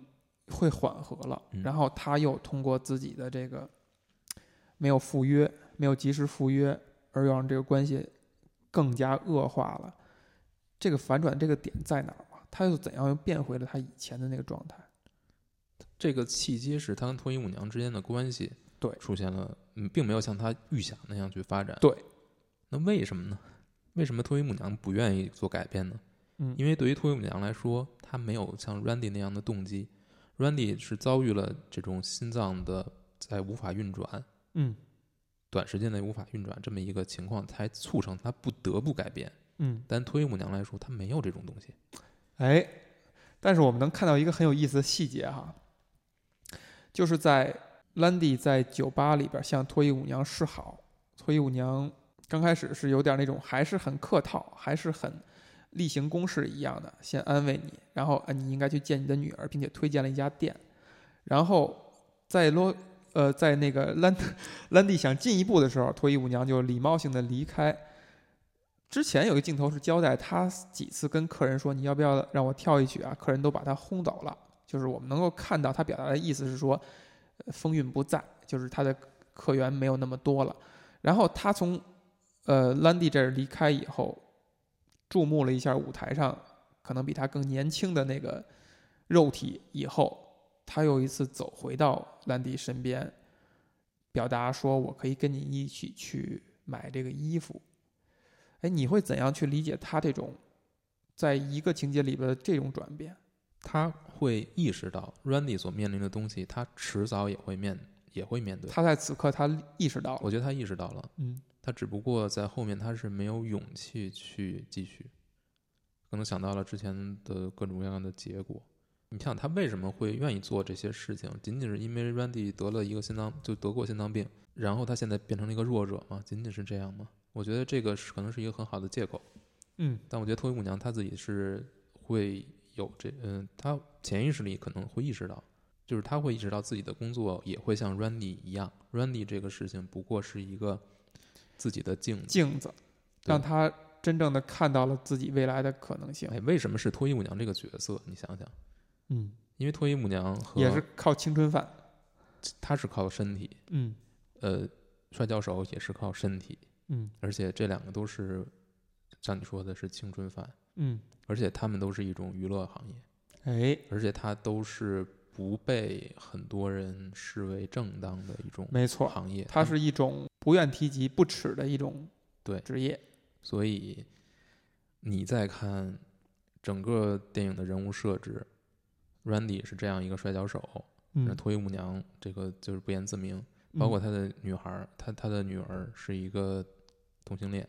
S1: 会缓和了，
S2: 嗯
S1: 然后他又通过自己的这个没有赴约、没有及时赴约，而又让这个关系更加恶化了。这个反转这个点在哪儿嘛？他又怎样又变回了他以前的那个状态？
S2: 这个契机是他跟脱衣舞娘之间的关系，
S1: 对
S2: 出现了，嗯，并没有像他预想那样去发展，
S1: 对。
S2: 那为什么呢？为什么脱衣舞娘不愿意做改变呢？
S1: 嗯
S2: 因为对于脱衣舞娘来说，她没有像 Randy 那样的动机。Randy 是遭遇了这种心脏的在无法运转，
S1: 嗯
S2: 短时间内无法运转这么一个情况，才促成他不得不改变。
S1: 嗯，
S2: 但脱衣舞娘来说，她没有这种东西。
S1: 哎，但是我们能看到一个很有意思的细节哈，就是在兰迪在酒吧里边向脱衣舞娘示好，脱衣舞娘刚开始是有点那种还是很客套，还是很例行公事一样的，先安慰你，然后啊你应该去见你的女儿，并且推荐了一家店，然后在罗呃在那个兰 *laughs* 兰迪想进一步的时候，脱衣舞娘就礼貌性的离开。之前有一个镜头是交代他几次跟客人说你要不要让我跳一曲啊，客人都把他轰走了。就是我们能够看到他表达的意思是说，呃风韵不在，就是他的客源没有那么多了。然后他从呃兰迪这儿离开以后，注目了一下舞台上可能比他更年轻的那个肉体，以后他又一次走回到兰迪身边，表达说我可以跟你一起去买这个衣服。哎，你会怎样去理解他这种在一个情节里边的这种转变？
S2: 他会意识到 Randy 所面临的东西，他迟早也会面也会面对。
S1: 他在此刻他意识到了，
S2: 我觉得他意识到了，
S1: 嗯
S2: 他只不过在后面他是没有勇气去继续，可能想到了之前的各种各样的结果。你想他为什么会愿意做这些事情？仅仅是因为 Randy 得了一个心脏，就得过心脏病，然后他现在变成了一个弱者吗？仅仅是这样吗？我觉得这个是可能是一个很好的借口。
S1: 嗯
S2: 但我觉得脱衣舞娘她自己是会有这，嗯、她潜意识里可能会意识到，就是她会意识到自己的工作也会像 Randy 一样，Randy 这个事情不过是一个自己的镜子。
S1: 镜子，
S2: 对
S1: 让他真正的看到了自己未来的可能性。
S2: 哎，为什么是脱衣舞娘这个角色？你想想，
S1: 嗯，
S2: 因为脱衣舞娘和
S1: 也是靠青春饭。
S2: 她是靠身体，
S1: 嗯
S2: 呃，摔跤手也是靠身体，
S1: 嗯
S2: 而且这两个都是像你说的是青春饭，
S1: 嗯，
S2: 而且他们都是一种娱乐行业。
S1: 哎，
S2: 而且它都是不被很多人视为正当的一种
S1: 没错，
S2: 行业，
S1: 它是一种不愿提及、不耻的一种
S2: 对
S1: 职业。
S2: 所以你再看整个电影的人物设置，Randy 是这样一个摔跤手，那
S1: 嗯，
S2: 脱衣舞娘这个就是不言自明，包括他的女孩儿，他他的女儿是一个同性恋，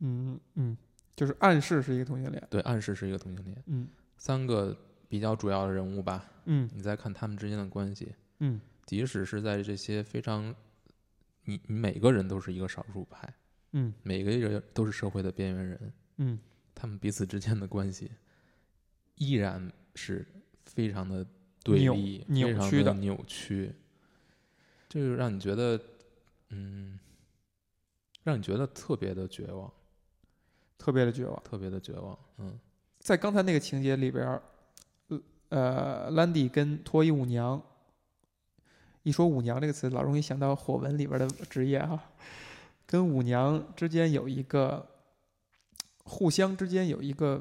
S1: 嗯，嗯嗯，就是暗示是一个同性恋。
S2: 对，暗示是一个同性恋，
S1: 嗯
S2: 三个比较主要的人物吧，
S1: 嗯
S2: 你再看他们之间的关系，
S1: 嗯
S2: 即使是在这些非常，你你每个人都是一个少数派，
S1: 嗯
S2: 每个人都是社会的边缘人，
S1: 嗯，
S2: 他们彼此之间的关系依然是非常的对
S1: 扭
S2: 立、
S1: 扭
S2: 非常
S1: 曲
S2: 的
S1: 的
S2: 扭曲，这就让你觉得，嗯，让你觉得特别的绝望，
S1: 特别的绝望。
S2: 特别的绝望，嗯
S1: 在刚才那个情节里边儿，呃呃，兰迪跟脱衣舞娘，一说舞娘这个词，老容易想到火纹里边的职业哈、啊跟舞娘之间有一个互相之间有一个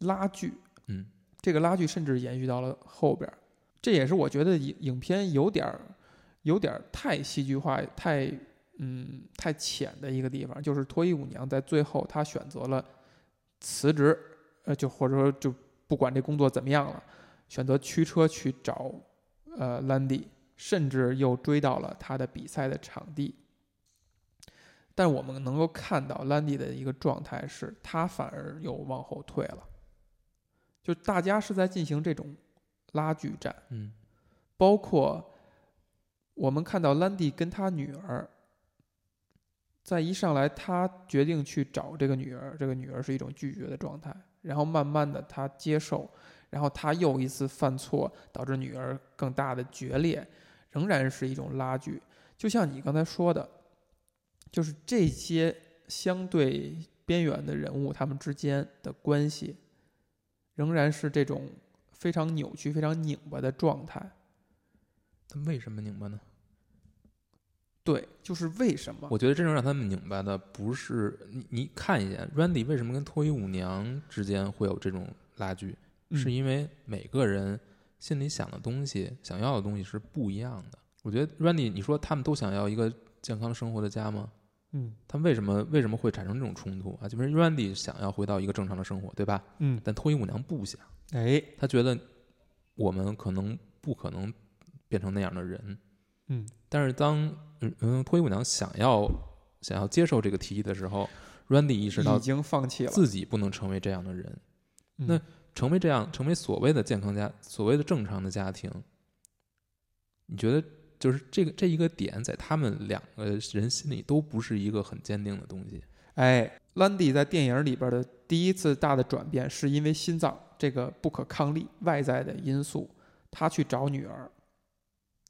S1: 拉锯，
S2: 嗯，
S1: 这个拉锯甚至延续到了后边儿，这也是我觉得影影片有点儿有点儿太戏剧化、太嗯太浅的一个地方，就是脱衣舞娘在最后她选择了辞职，呃，就或者说就不管这工作怎么样了，选择驱车去找呃兰迪，甚至又追到了他的比赛的场地。但我们能够看到兰迪的一个状态是，他反而又往后退了。就大家是在进行这种拉锯战，
S2: 嗯
S1: 包括我们看到兰迪跟他女儿，在一上来他决定去找这个女儿，这个女儿是一种拒绝的状态，然后慢慢的他接受，然后他又一次犯错，导致女儿更大的决裂，仍然是一种拉锯。就像你刚才说的，就是这些相对边缘的人物，他们之间的关系，仍然是这种非常扭曲、非常拧巴的状态。
S2: 但为什么拧巴呢？
S1: 对，就是为什么？
S2: 我觉得真正让他们拧巴的不是你，你看一眼 Randy 为什么跟脱衣舞娘之间会有这种拉锯，
S1: 嗯
S2: 是因为每个人心里想的东西、想要的东西是不一样的。我觉得 Randy，你说他们都想要一个健康生活的家吗？
S1: 嗯
S2: 他们为什么为什么会产生这种冲突啊？就是 Randy 想要回到一个正常的生活，对吧？
S1: 嗯，
S2: 但脱衣舞娘不想，
S1: 哎，
S2: 她觉得我们可能不可能变成那样的人。
S1: 嗯
S2: 但是当嗯嗯脱衣舞娘想要想要接受这个提议的时候，Randy 意识
S1: 已
S2: 到
S1: 经放弃了。
S2: 自己不能成为这样的人，
S1: 嗯
S2: 那成为这样成为所谓的健康家，所谓的正常的家庭。你觉得就是这个这一个点，在他们两个人心里都不是一个很坚定的东西。
S1: 哎，兰迪在电影里边的第一次大的转变，是因为心脏这个不可抗力外在的因素，他去找女儿。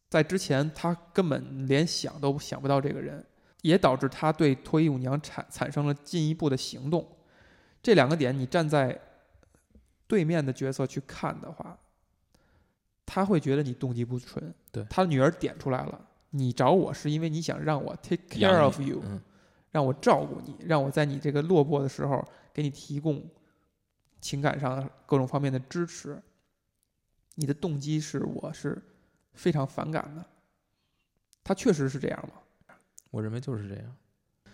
S1: 在之前，他根本连想都想不到这个人，也导致他对脱衣舞娘产产生了进一步的行动。这两个点，你站在对面的角色去看的话，他会觉得你动机不纯。
S2: 对
S1: 他女儿点出来了，你找我是因为你想让我 take
S2: 养
S1: care
S2: 你
S1: of you，
S2: 嗯，
S1: 让我照顾你，让我在你这个落魄的时候给你提供情感上各种方面的支持。你的动机是我是非常反感的，他确实是这样嘛。
S2: 我认为就是这样。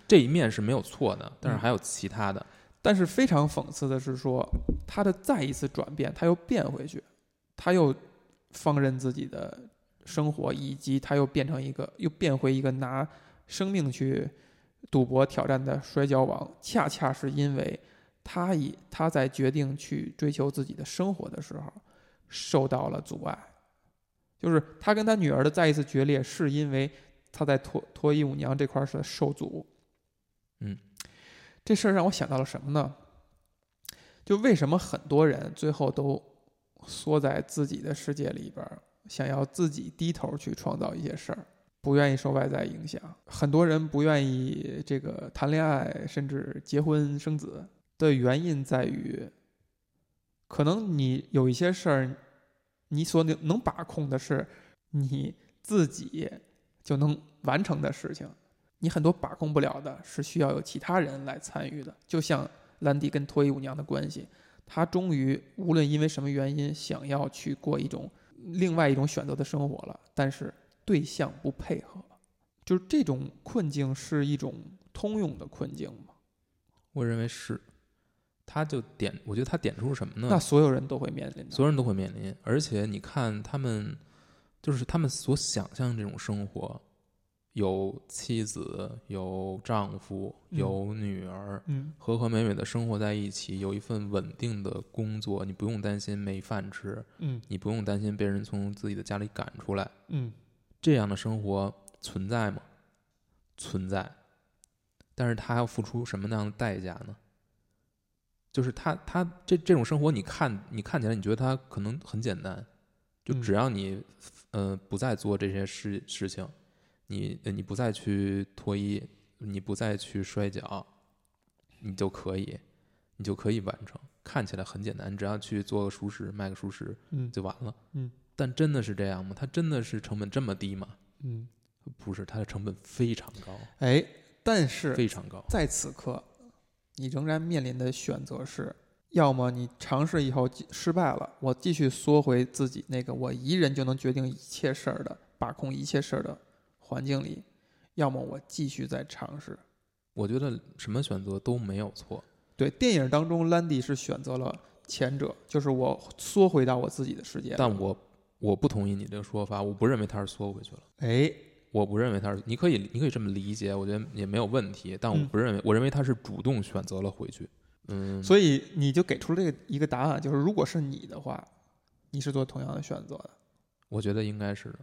S2: 这一面是没有错的，但是
S1: 嗯
S2: 还有其他的。
S1: 但是非常讽刺的是说，他的再一次转变，他又变回去，他又放任自己的生活，以及他又变成一个，又变回一个拿生命去赌博挑战的摔跤王。恰恰是因为他以他在决定去追求自己的生活的时候，受到了阻碍。就是他跟他女儿的再一次决裂，是因为他在脱脱衣舞娘这块儿是受阻。
S2: 嗯，
S1: 这事儿让我想到了什么呢？就为什么很多人最后都缩在自己的世界里边儿，想要自己低头去创造一些事儿，不愿意受外在影响。很多人不愿意这个谈恋爱，甚至结婚生子的原因在于，可能你有一些事儿，你所能能把控的是你自己就能完成的事情。你很多把控不了的是需要有其他人来参与的，就像兰迪跟脱衣舞娘的关系，他终于无论因为什么原因想要去过一种另外一种选择的生活了，但是对象不配合，就是这种困境是一种通用的困境嘛？
S2: 我认为是，他就点，我觉得他点出什么呢？
S1: 那所有人都会面临的。
S2: 所有人都会面临。而且你看他们，就是他们所想象这种生活，有妻子，有丈夫，
S1: 嗯
S2: 有女儿，
S1: 嗯
S2: 和和美美的生活在一起，有一份稳定的工作，你不用担心没饭吃，
S1: 嗯
S2: 你不用担心被人从自己的家里赶出来，
S1: 嗯
S2: 这样的生活存在吗？存在，但是他要付出什么样的代价呢？就是他他这这种生活，你看你看起来，你觉得他可能很简单，就
S1: 嗯
S2: 只要你、呃不再做这些事事情，你呃你不再去脱衣，你不再去摔跤，你就可以，你就可以完成。看起来很简单，你只要去做个熟食，卖个熟食
S1: 嗯
S2: 就完了。
S1: 嗯，
S2: 但真的是这样吗？它真的是成本这么低吗？
S1: 嗯，
S2: 不是，它的成本非常高。
S1: 哎，但是
S2: 非常高。
S1: 在此刻，你仍然面临的选择是：要么你尝试以后继失败了，我继续缩回自己那个我一人就能决定一切事儿的、把控一切事儿的环境里；要么我继续再尝试。
S2: 我觉得什么选择都没有错。
S1: 对，电影当中兰迪是选择了前者，就是我缩回到我自己的世界。
S2: 但我我不同意你这个说法，我不认为他是缩回去了，
S1: 哎，
S2: 我不认为他是，你可以你可以这么理解，我觉得也没有问题。但我
S1: 嗯
S2: 不认为，我认为他是主动选择了回去。嗯，
S1: 所以你就给出了这个一个答案，就是如果是你的话，你是做同样的选择的。
S2: 我觉得应该是的。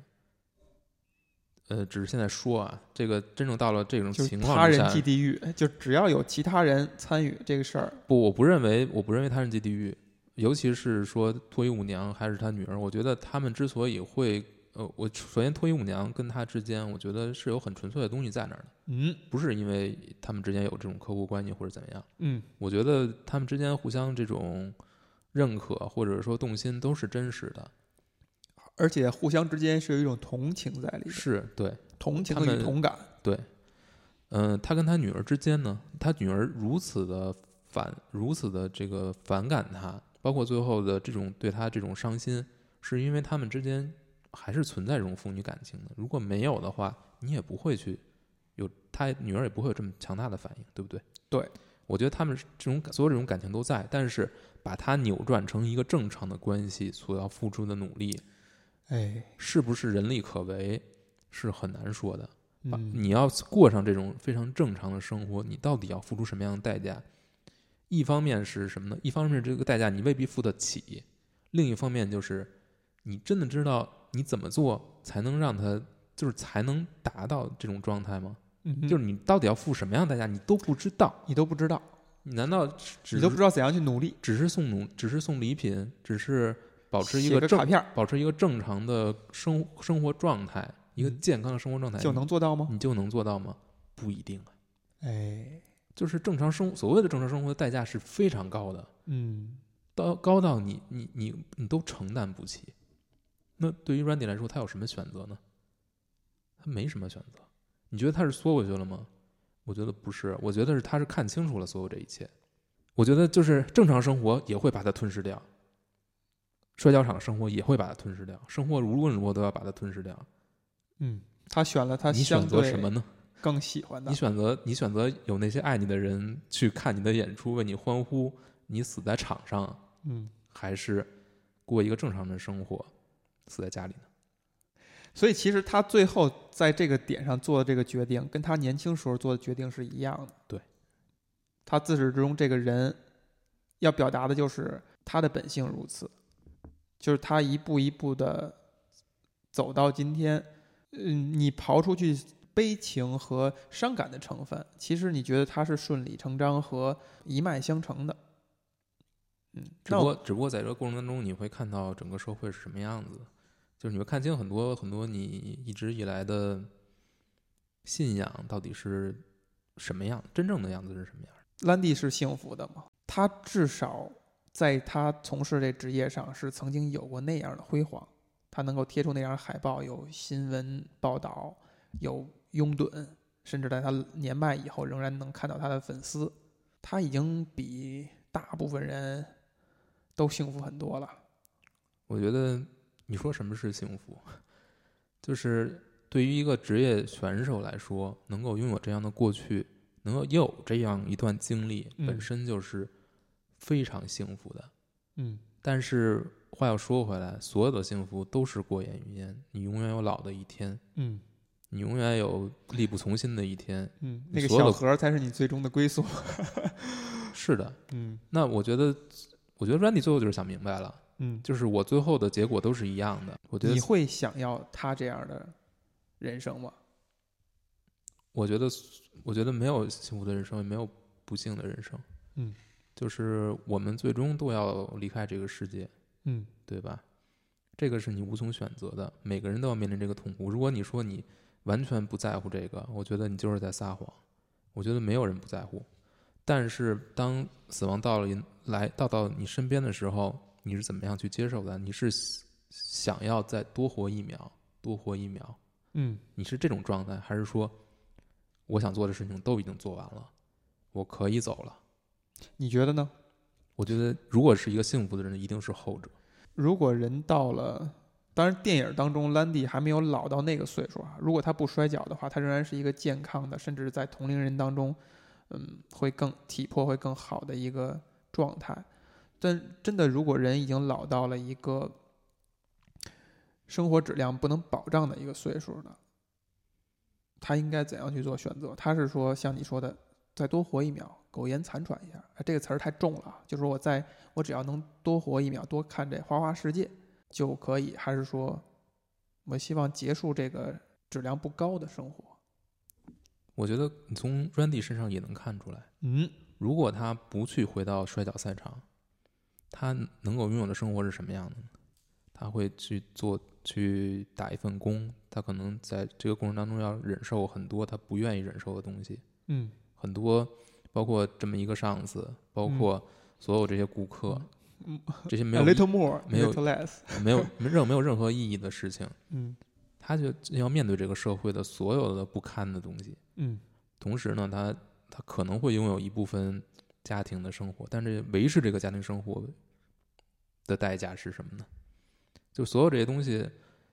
S2: 呃，只是现在说啊，这个真正到了这种
S1: 就是
S2: 嗯情
S1: 他
S2: 况之
S1: 人
S2: 下，
S1: 即地狱，就只要有其他人参与这个事儿，
S2: 不，我不认为，我不认为他人即地狱，尤其是说脱衣舞娘还是他女儿，我觉得他们之所以会，呃，我首先脱衣舞娘跟他之间，我觉得是有很纯粹的东西在那儿的，
S1: 嗯
S2: 不是因为他们之间有这种客户关系或者怎么样，
S1: 嗯，
S2: 我觉得他们之间互相这种认可或者说动心都是真实的，
S1: 而且互相之间是有一种同情在里面，
S2: 是对，
S1: 同情
S2: 他
S1: 与
S2: 们
S1: 同感。
S2: 嗯、他跟他女儿之间呢，他女儿如此的反，如此的这个反感他，包括最后的这种对他这种伤心，是因为他们之间还是存在这种父女感情的。如果没有的话，你也不会去有他女儿也不会有这么强大的反应，对不对？
S1: 对，
S2: 我觉得他们是这种所有这种感情都在，但是把它扭转成一个正常的关系所要付出的努力，嗯
S1: 哎，
S2: 是不是人力可为，是很难说的。把
S1: 嗯，
S2: 你要过上这种非常正常的生活，你到底要付出什么样的代价？一方面是什么呢？一方面这个代价你未必付得起，另一方面就是你真的知道你怎么做才能让他，就是才能达到这种状态吗？
S1: 嗯
S2: 就是你到底要付什么样的代价，你都不知道。
S1: 你都不知道，
S2: 你难道只
S1: 你
S2: 只
S1: 都不
S2: 是
S1: 知道怎样去努力，
S2: 只是送农，只是送礼品，只是保持一
S1: 写
S2: 个
S1: 个
S2: 正
S1: 卡片儿
S2: 保持一个正常的生生活状态，一个
S1: 嗯
S2: 健康的生活状态，
S1: 就能做到吗？
S2: 你就能做到吗？不一定啊。
S1: 哎，
S2: 就是正常生所谓的正常生活的代价是非常高的，
S1: 嗯，
S2: 到高到你你你你都承担不起。那对于 Randy 来说，他有什么选择呢？他没什么选择。你觉得他是缩回去了吗？我觉得不是，我觉得是他是看清楚了所有这一切。我觉得就是正常生活也会把它吞噬掉，摔跤场生活也会把它吞噬掉，生活无论如何都要把它吞噬掉。
S1: 嗯，他选了他
S2: 你选
S1: 相
S2: 择
S1: 对
S2: 什么呢？
S1: 更喜欢的
S2: 你。选择你选择有那些爱你的人去看你的演出，为你欢呼，你死在场上，
S1: 嗯，
S2: 还是过一个正常的生活，死在家里呢？
S1: 所以其实他最后在这个点上做的这个决定，跟他年轻时候做的决定是一样的。
S2: 对，
S1: 他自始至终这个人要表达的就是他的本性如此，就是他一步一步的走到今天。嗯，你刨出去悲情和伤感的成分，其实你觉得他是顺理成章和一脉相承的。嗯，
S2: 只
S1: 那
S2: 不
S1: 我
S2: 过只不过在这个过程当中，你会看到整个社会是什么样子的，就是你会看清很多很多你一直以来的信仰到底是什么样，真正的样子是什么样。
S1: 兰迪是幸福的吗？他至少在他从事这职业上是曾经有过那样的辉煌，他能够贴出那样的海报，有新闻报道，有拥趸，甚至在他年迈以后仍然能看到他的粉丝。他已经比大部分人都幸福很多了。
S2: 我觉得你说什么是幸福，就是对于一个职业选手来说，能够拥有这样的过去，能够有这样一段经历，
S1: 嗯
S2: 本身就是非常幸福的。
S1: 嗯，
S2: 但是话又说回来，所有的幸福都是过眼云烟，你永远有老的一天，
S1: 嗯
S2: 你永远有力不从心的一天。
S1: 嗯，
S2: 你
S1: 那个
S2: 所有
S1: 小
S2: 的
S1: 盒才是你最终的归宿。
S2: 是的，
S1: *laughs* 嗯
S2: 那我觉得，我觉得 Randy 最后就是想明白了，
S1: 嗯，
S2: 就是我最后的结果都是一样的。我觉得
S1: 你会想要他这样的人生吗？
S2: 我觉得，我觉得没有幸福的人生，也没有不幸的人生。
S1: 嗯，
S2: 就是我们最终都要离开这个世界，
S1: 嗯
S2: 对吧？这个是你无从选择的，每个人都要面临这个痛苦。如果你说你完全不在乎这个，我觉得你就是在撒谎。我觉得没有人不在乎，但是当死亡到了你来到到你身边的时候，你是怎么样去接受的？你是想要再多活一秒，多活一秒，
S1: 嗯
S2: 你是这种状态，还是说我想做的事情都已经做完了，我可以走了。
S1: 你觉得呢？
S2: 我觉得，如果是一个幸福的人，一定是后者。
S1: 如果人到了，当然电影当中兰迪还没有老到那个岁数啊。如果他不摔跤的话，他仍然是一个健康的，甚至在同龄人当中，嗯，会更体魄会更好的一个状态。但真的，如果人已经老到了一个生活质量不能保障的一个岁数呢，他应该怎样去做选择？他是说像你说的，再多活一秒，苟延残喘一下，啊这个词儿太重了啊。就是说我在我只要能多活一秒，多看这花花世界就可以，还是说我希望结束这个质量不高的生活？
S2: 我觉得你从 Randy 身上也能看出来，
S1: 嗯，
S2: 如果他不去回到摔跤赛场，他能够拥有的生活是什么样的呢？他会去做，去打一份工，他可能在这个过程当中要忍受很多他不愿意忍受的东西，
S1: 嗯，
S2: 很多包括这么一个上司，包括所有这些顾客，
S1: 嗯
S2: 这些没
S1: ，a
S2: 有
S1: little more,
S2: 没有
S1: little less，
S2: 没有没任没有任何意义的事情，
S1: 嗯
S2: 他就要面对这个社会的所有的不堪的东西。
S1: 嗯
S2: 同时呢，他他可能会拥有一部分家庭的生活，但是维持这个家庭生活的代价是什么呢？就所有这些东西，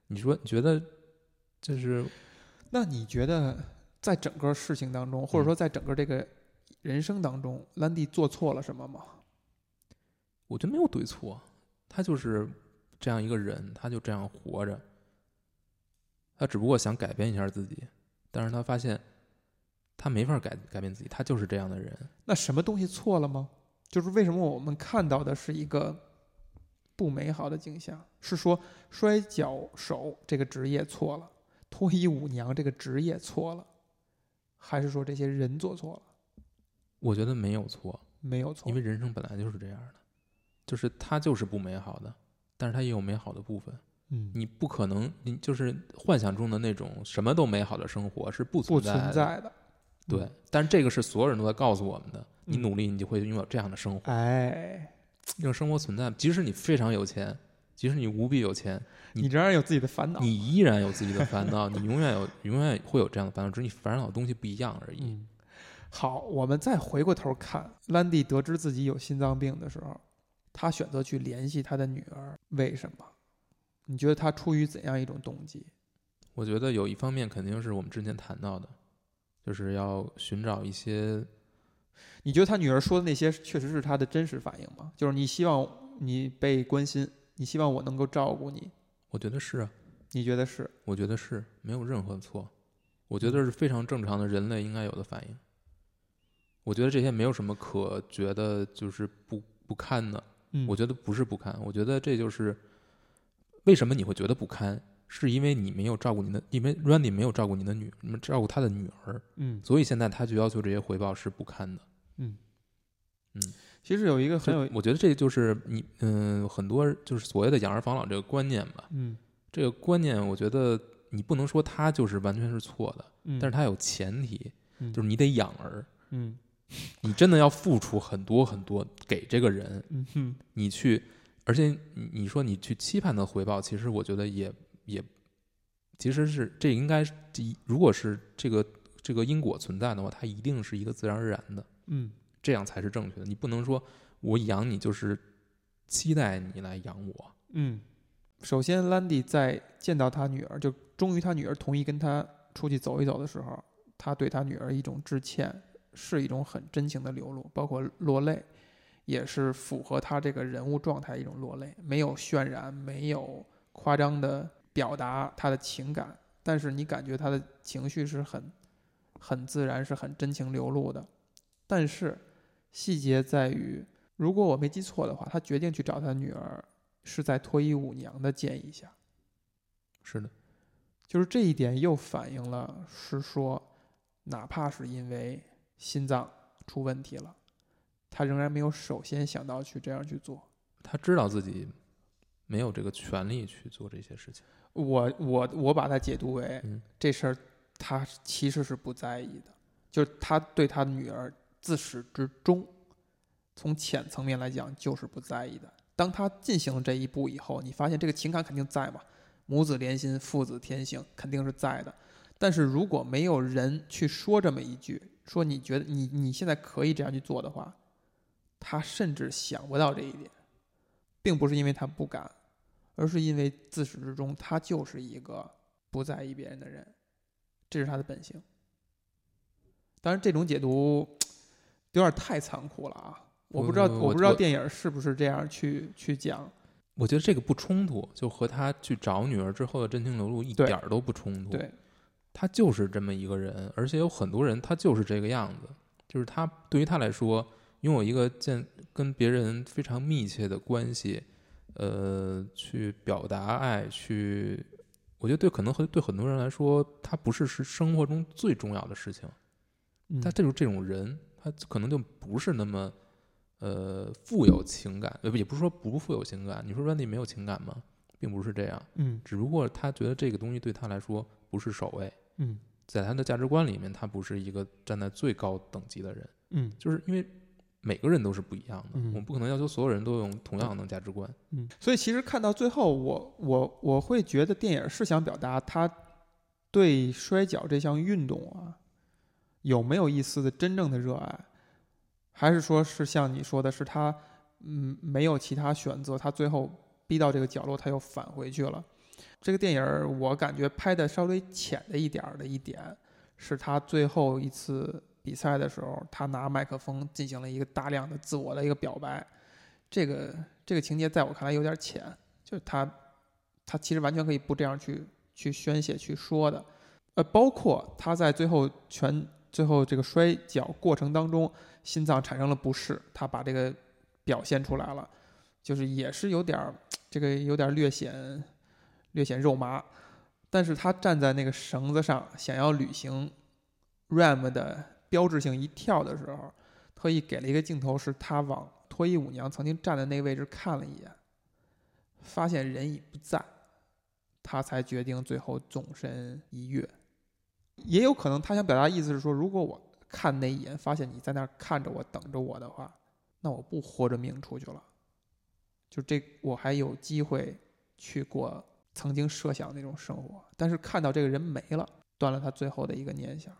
S2: 你说你觉得就是
S1: 那你觉得在整个事情当中，
S2: 嗯
S1: 或者说在整个这个人生当中，兰迪做错了什么吗？
S2: 我觉得没有对错，他就是这样一个人，他就这样活着，他只不过想改变一下自己，但是他发现他没法改改变自己，他就是这样的人。
S1: 那什么东西错了吗？就是为什么我们看到的是一个不美好的景象？是说摔跤手这个职业错了，脱衣舞娘这个职业错了，还是说这些人做错了？
S2: 我觉得没有错，
S1: 没有错
S2: 因，为人生本来就是这样的，就是它就是不美好的，但是它也有美好的部分。
S1: 嗯，
S2: 你不可能，你就是幻想中的那种什么都美好的生活是不
S1: 不
S2: 存在的。
S1: 存在的。
S2: 对
S1: 嗯，，
S2: 但是这个是所有人都在告诉我们的。你
S1: 嗯
S2: 努力，你就会拥有这样的生活，
S1: 哎，
S2: 这种生活存在。即使你非常有钱，即使你无比有钱，你
S1: 你仍然有自己的烦恼。
S2: 你依然有自己的烦恼，你永远有，永远会有这样的烦恼，只是你烦恼的东西不一样而已。
S1: 嗯，好，我们再回过头看，兰迪得知自己有心脏病的时候，他选择去联系他的女儿，为什么？你觉得他出于怎样一种动机？
S2: 我觉得有一方面肯定是我们之前谈到的，就是要寻找一些
S1: 你觉得他女儿说的那些确实是他的真实反应吗？就是你希望你被关心，你希望我能够照顾你，
S2: 我觉得是啊，
S1: 你觉得是？
S2: 我觉得是没有任何错，
S1: 嗯
S2: 我觉得是非常正常的人类应该有的反应。我觉得这些没有什么可觉得就是不不堪的，
S1: 嗯
S2: 我觉得不是不堪，我觉得这就是为什么你会觉得不堪，是因为你没有照顾你的，因为 Randy 没有照顾你的女，照顾他的女儿，
S1: 嗯，
S2: 所以现在他就要求这些回报是不堪的。
S1: 其实有一个很
S2: 这
S1: 有
S2: 我觉得这就是你嗯、很多就是所谓的养儿防老这个观念吧，
S1: 嗯
S2: 这个观念我觉得你不能说它就是完全是错的，
S1: 嗯，
S2: 但是它有前提，
S1: 嗯
S2: 就是你得养儿，
S1: 嗯
S2: 你真的要付出很多很多给这个人，
S1: 嗯哼
S2: 你去，而且你你说你去期盼的回报，其实我觉得也也，其实是这应该是，如果是这个这个因果存在的话，它一定是一个自然而然的，
S1: 嗯
S2: 这样才是正确的。你不能说我养你就是期待你来养我，
S1: 嗯。首先，兰迪在见到他女儿，就终于他女儿同意跟他出去走一走的时候，他对他女儿一种致歉，是一种很真情的流露，包括落泪，也是符合他这个人物状态一种落泪，没有渲染，没有夸张的表达他的情感，但是你感觉他的情绪是很很自然，是很真情流露的。但是细节在于，如果我没记错的话，他决定去找他女儿是在脱衣舞娘的建议下，
S2: 是的，
S1: 就是这一点又反映了是说，哪怕是因为心脏出问题了，他仍然没有首先想到去这样去做。
S2: 他知道自己没有这个权利去做这些事情。
S1: 我我我把它解读为、
S2: 嗯
S1: 这事儿，他其实是不在意的，就是他对他女儿自始至终，从浅层面来讲就是不在意的。当他进行了这一步以后，你发现这个情感肯定在嘛，母子连心，父子天性肯定是在的。但是如果没有人去说这么一句，说你觉得你你现在可以这样去做的话，他甚至想不到这一点，并不是因为他不敢，而是因为自始至终他就是一个不在意别人的人，这是他的本性。当然，这种解读有点太残酷了啊！我不知道，
S2: 我
S1: 我不知道
S2: 我
S1: 电影是不是这样去去讲。
S2: 我觉得这个不冲突，就和他去找女儿之后的真情流露一
S1: 对
S2: 点儿都不冲突。
S1: 对，
S2: 他就是这么一个人，而且有很多人他就是这个样子，就是他对于他来说，拥有一个建跟别人非常密切的关系，呃，去表达爱，去，我觉得对可能和对很多人来说，他不是是生活中最重要的事情，
S1: 嗯
S2: 他这种这种人，他可能就不是那么。呃，富有情感，呃，不也不是说不富有情感。你说 Randy 没有情感吗？并不是这样，
S1: 嗯
S2: 只不过他觉得这个东西对他来说不是首位，
S1: 嗯
S2: 在他的价值观里面，他不是一个站在最高等级的人，
S1: 嗯
S2: 就是因为每个人都是不一样的，
S1: 嗯
S2: 我们不可能要求所有人都用同样的价值观。
S1: 嗯。所以其实看到最后，我我我会觉得电影是想表达他对摔跤这项运动啊，有没有一丝的真正的热爱，还是说是像你说的，是他嗯没有其他选择，他最后逼到这个角落，他又返回去了。这个电影儿我感觉拍的稍微浅的一点儿的一点，是他最后一次比赛的时候，他拿麦克风进行了一个大量的自我的一个表白。这个这个情节在我看来有点浅，就是他他其实完全可以不这样去去宣泄去说的。呃，包括他在最后全最后这个摔跤过程当中，心脏产生了不适，他把这个表现出来了，就是也是有点儿这个有点儿略显略显肉麻，但是他站在那个绳子上，想要履行 Ram 的标志性一跳的时候，特意给了一个镜头，是他往脱衣舞娘曾经站的那个位置看了一眼，发现人已不在，他才决定最后纵身一跃。也有可能他想表达的意思是说，如果我看那一眼，发现你在那儿看着我，等着我的话，那我不豁着命出去了，就这我还有机会去过曾经设想那种生活。但是看到这个人没了，断了他最后的一个念想。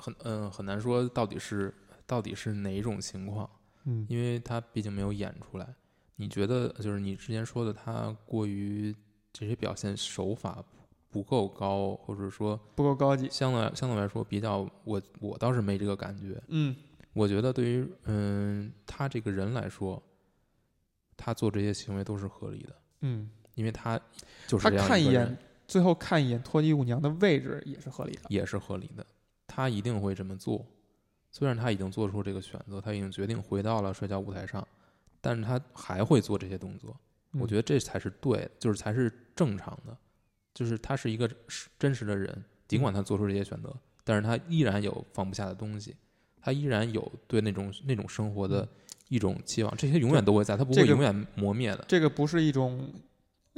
S2: 很嗯、很难说到底是到底是哪种情况，
S1: 嗯
S2: 因为他毕竟没有演出来。你觉得就是你之前说的，他过于这些表现手法不够高，或者说
S1: 不够高级。
S2: 相对相对来说比较，我我倒是没这个感觉。
S1: 嗯
S2: 我觉得对于嗯他这个人来说，他做这些行为都是合理的，
S1: 嗯，
S2: 因为他就是
S1: 他
S2: 这样
S1: 看
S2: 一
S1: 一
S2: 个
S1: 眼
S2: 人，，
S1: 最后看一眼脱衣舞娘的位置也是合理的。
S2: 也是合理的，他一定会这么做。虽然他已经做出这个选择，他已经决定回到了摔跤舞台上，但是他还会做这些动作。我觉
S1: 得，
S2: 得这才是对的，就是才是正常的，就是他是一个是真实的人，尽管他做出这些选择，但是他依然有放不下的东西，他依然有对那种那种生活的一种期望，这些永远都会在，他不
S1: 嗯这
S2: 会
S1: 个
S2: 永远磨灭的，
S1: 这个不是一种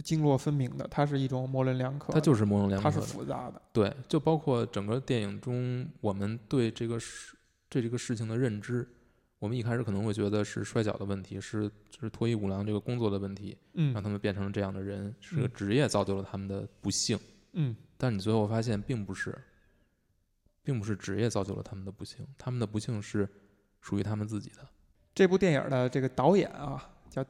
S1: 经络分明的，它是一种模棱两可
S2: 他
S1: 的，
S2: 就是模棱两
S1: 它
S2: 可
S1: 是
S2: 的。
S1: 复杂的。
S2: 对，就包括整个电影中，我们对这个事对这个事情的认知，我们一开始可能会觉得是摔跤的问题，是是脱衣舞郎这个工作的问题，让
S1: 嗯
S2: 他们变成了这样的人，是个
S1: 嗯
S2: 职业造就了他们的不幸。
S1: 嗯
S2: 但你最后发现并不是，并不是职业造就了他们的不幸，他们的不幸是属于他们自己的。
S1: 这部电影的这个导演啊，叫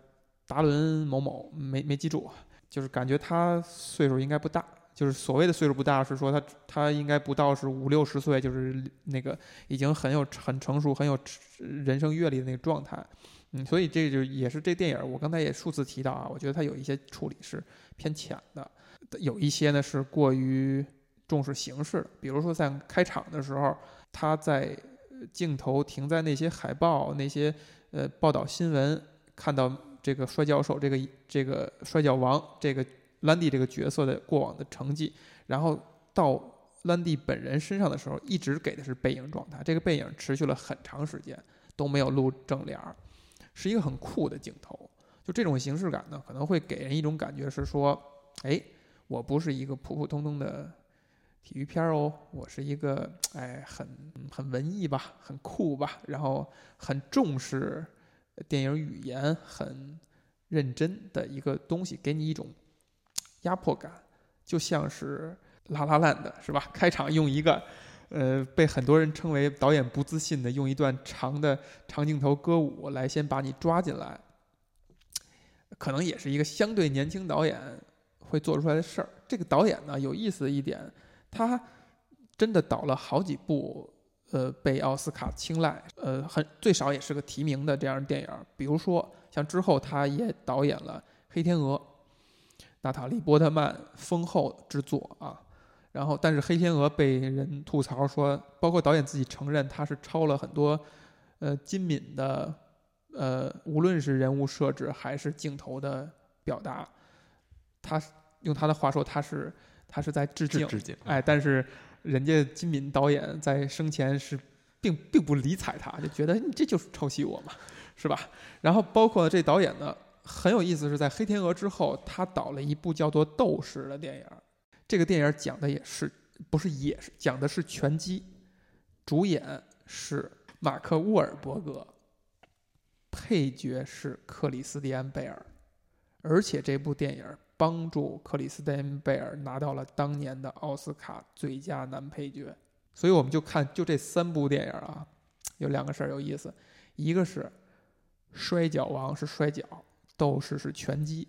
S1: 达伦某某，没没记住，就是感觉他岁数应该不大，就是所谓的岁数不大，是说他他应该不到是五六十岁，就是那个已经很有很成熟、很有人生阅历的那个状态。嗯，所以这就也是这电影，我刚才也数次提到啊，我觉得它有一些处理是偏浅的，有一些呢是过于重视形式的，比如说在开场的时候，他在呃镜头停在那些海报、那些呃报道新闻，看到这个摔跤手、这个这个摔跤王、这个兰迪这个角色的过往的成绩，然后到兰迪本人身上的时候，一直给的是背影状态，这个背影持续了很长时间都没有露正脸儿，是一个很酷的镜头。就这种形式感呢，可能会给人一种感觉是说，哎，我不是一个普普通通的体育片儿哦，我是一个哎很很文艺吧，很酷吧，然后很重视电影语言，很认真的一个东西，给你一种压迫感，就像是拉拉烂的，是吧？开场用一个，呃，被很多人称为导演不自信的，用一段长的长镜头歌舞来先把你抓进来，可能也是一个相对年轻导演会做出来的事儿。这个导演呢，有意思的一点，他真的导了好几部，呃，被奥斯卡青睐，呃，很最少也是个提名的这样的电影儿。比如说，像之后他也导演了《黑天鹅》，娜塔莉波特曼丰厚之作啊。然后，但是《黑天鹅》被人吐槽说，包括导演自己承认，他是抄了很多，呃，金敏的，呃，无论是人物设置还是镜头的表达，他是用他的话说，他是他是在致敬
S2: 致，致敬，
S1: 哎，但是人家金敏导演在生前是并并不理睬他，就觉得你这就是抄袭我嘛，是吧？然后包括这导演呢，很有意思，是在《黑天鹅》之后，他导了一部叫做《斗士》的电影儿。这个电影儿讲的也是不是也是讲的是拳击，主演是马克沃尔伯格，配角是克里斯蒂安贝尔，而且这部电影儿帮助克里斯蒂安贝尔拿到了当年的奥斯卡最佳男配角。所以我们就看就这三部电影儿啊，有两个事儿有意思，一个是摔跤王是摔跤，斗士是拳击，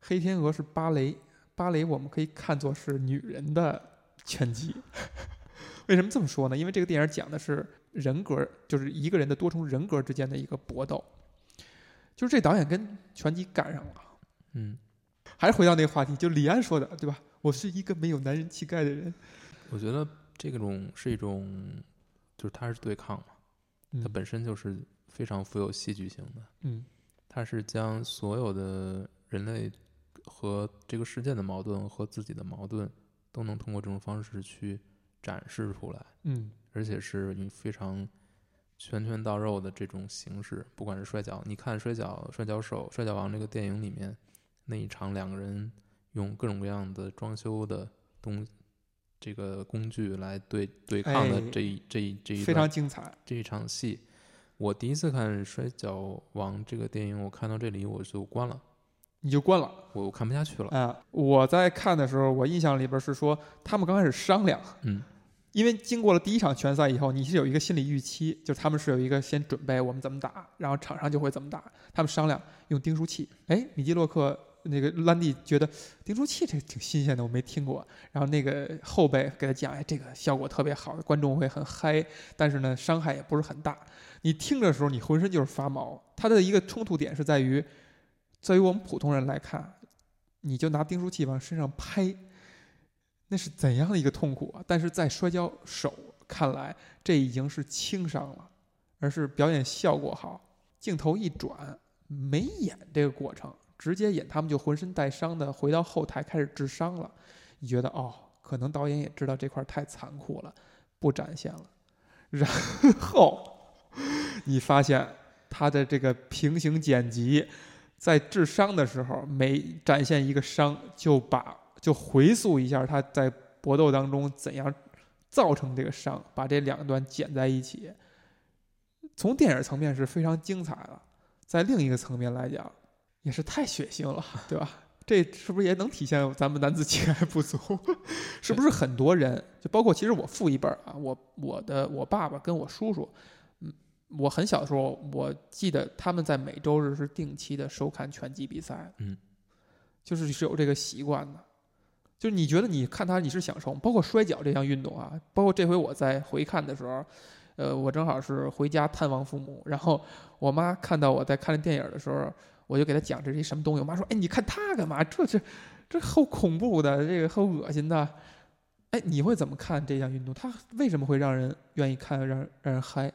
S1: 黑天鹅是芭蕾。芭蕾我们可以看作是女人的拳击。 *laughs* 为什么这么说呢？因为这个电影讲的是人格，就是一个人的多重人格之间的一个搏斗。就是这导演跟拳击赶上了。
S2: 嗯，
S1: 还是回到那个话题，就李安说的，对吧？我是一个没有男人气概的人。
S2: 我觉得这种是一种，就是它是对抗嘛，它本身就是非常富有戏剧性的，
S1: 嗯
S2: 它是将所有的人类和这个世界的矛盾和自己的矛盾都能通过这种方式去展示出来，
S1: 嗯
S2: 而且是以非常拳拳到肉的这种形式，不管是摔跤，你看摔跤、摔跤手、摔跤王这个电影里面那一场，两个人用各种各样的装修的东这个工具来对对抗的
S1: 哎
S2: 这一、这一这一
S1: 非
S2: 段
S1: 常精彩。
S2: 这一场戏，我第一次看《摔跤王》这个电影，我看到这里我就关了，
S1: 你就关了
S2: 我我看不下去
S1: 啊、
S2: 了。
S1: 我在看的时候，我印象里边是说他们刚开始商量，
S2: 嗯，
S1: 因为经过了第一场拳赛以后，你是有一个心理预期，就是他们是有一个先准备我们怎么打，然后场上就会怎么打。他们商量用钉书器，哎，米基洛克那个兰迪觉得钉书器这挺新鲜的，我没听过。然后那个后辈给他讲，哎，这个效果特别好，观众会很嗨，但是呢，伤害也不是很大。你听的时候，你浑身就是发毛。它的一个冲突点是在于，在于我们普通人来看，你就拿钉书器往身上拍，那是怎样的一个痛苦啊！但是在摔跤手看来，这已经是轻伤了，而是表演效果好，镜头一转，没演这个过程，直接演他们就浑身带伤的回到后台开始治伤了。你觉得哦，可能导演也知道这块儿太残酷了，不展现了。然后你发现他的这个平行剪辑，在治伤的时候每展现一个伤，就把就回溯一下他在搏斗当中怎样造成这个伤，把这两段剪在一起，从电影层面是非常精彩的，在另一个层面来讲，也是太血腥了，对吧？这是不是也能体现咱们男子气概不足？是不是很多人，就包括其实我父一辈儿啊，我我的我爸爸跟我叔叔，嗯，我很小的时候，我记得他们在每周日是定期的收看拳击比赛的，
S2: 嗯，
S1: 就是是有这个习惯的。就是你觉得你看他你是享受，包括摔跤这项运动啊，包括这回我在回看的时候，呃，我正好是回家探望父母，然后我妈看到我在看电影的时候，我就给她讲这是一什么东西，我妈说：“哎，你看他干嘛？这这这后恐怖的，这个后恶心的。”哎，你会怎么看这项运动？它为什么会让人愿意看，让人让人嗨？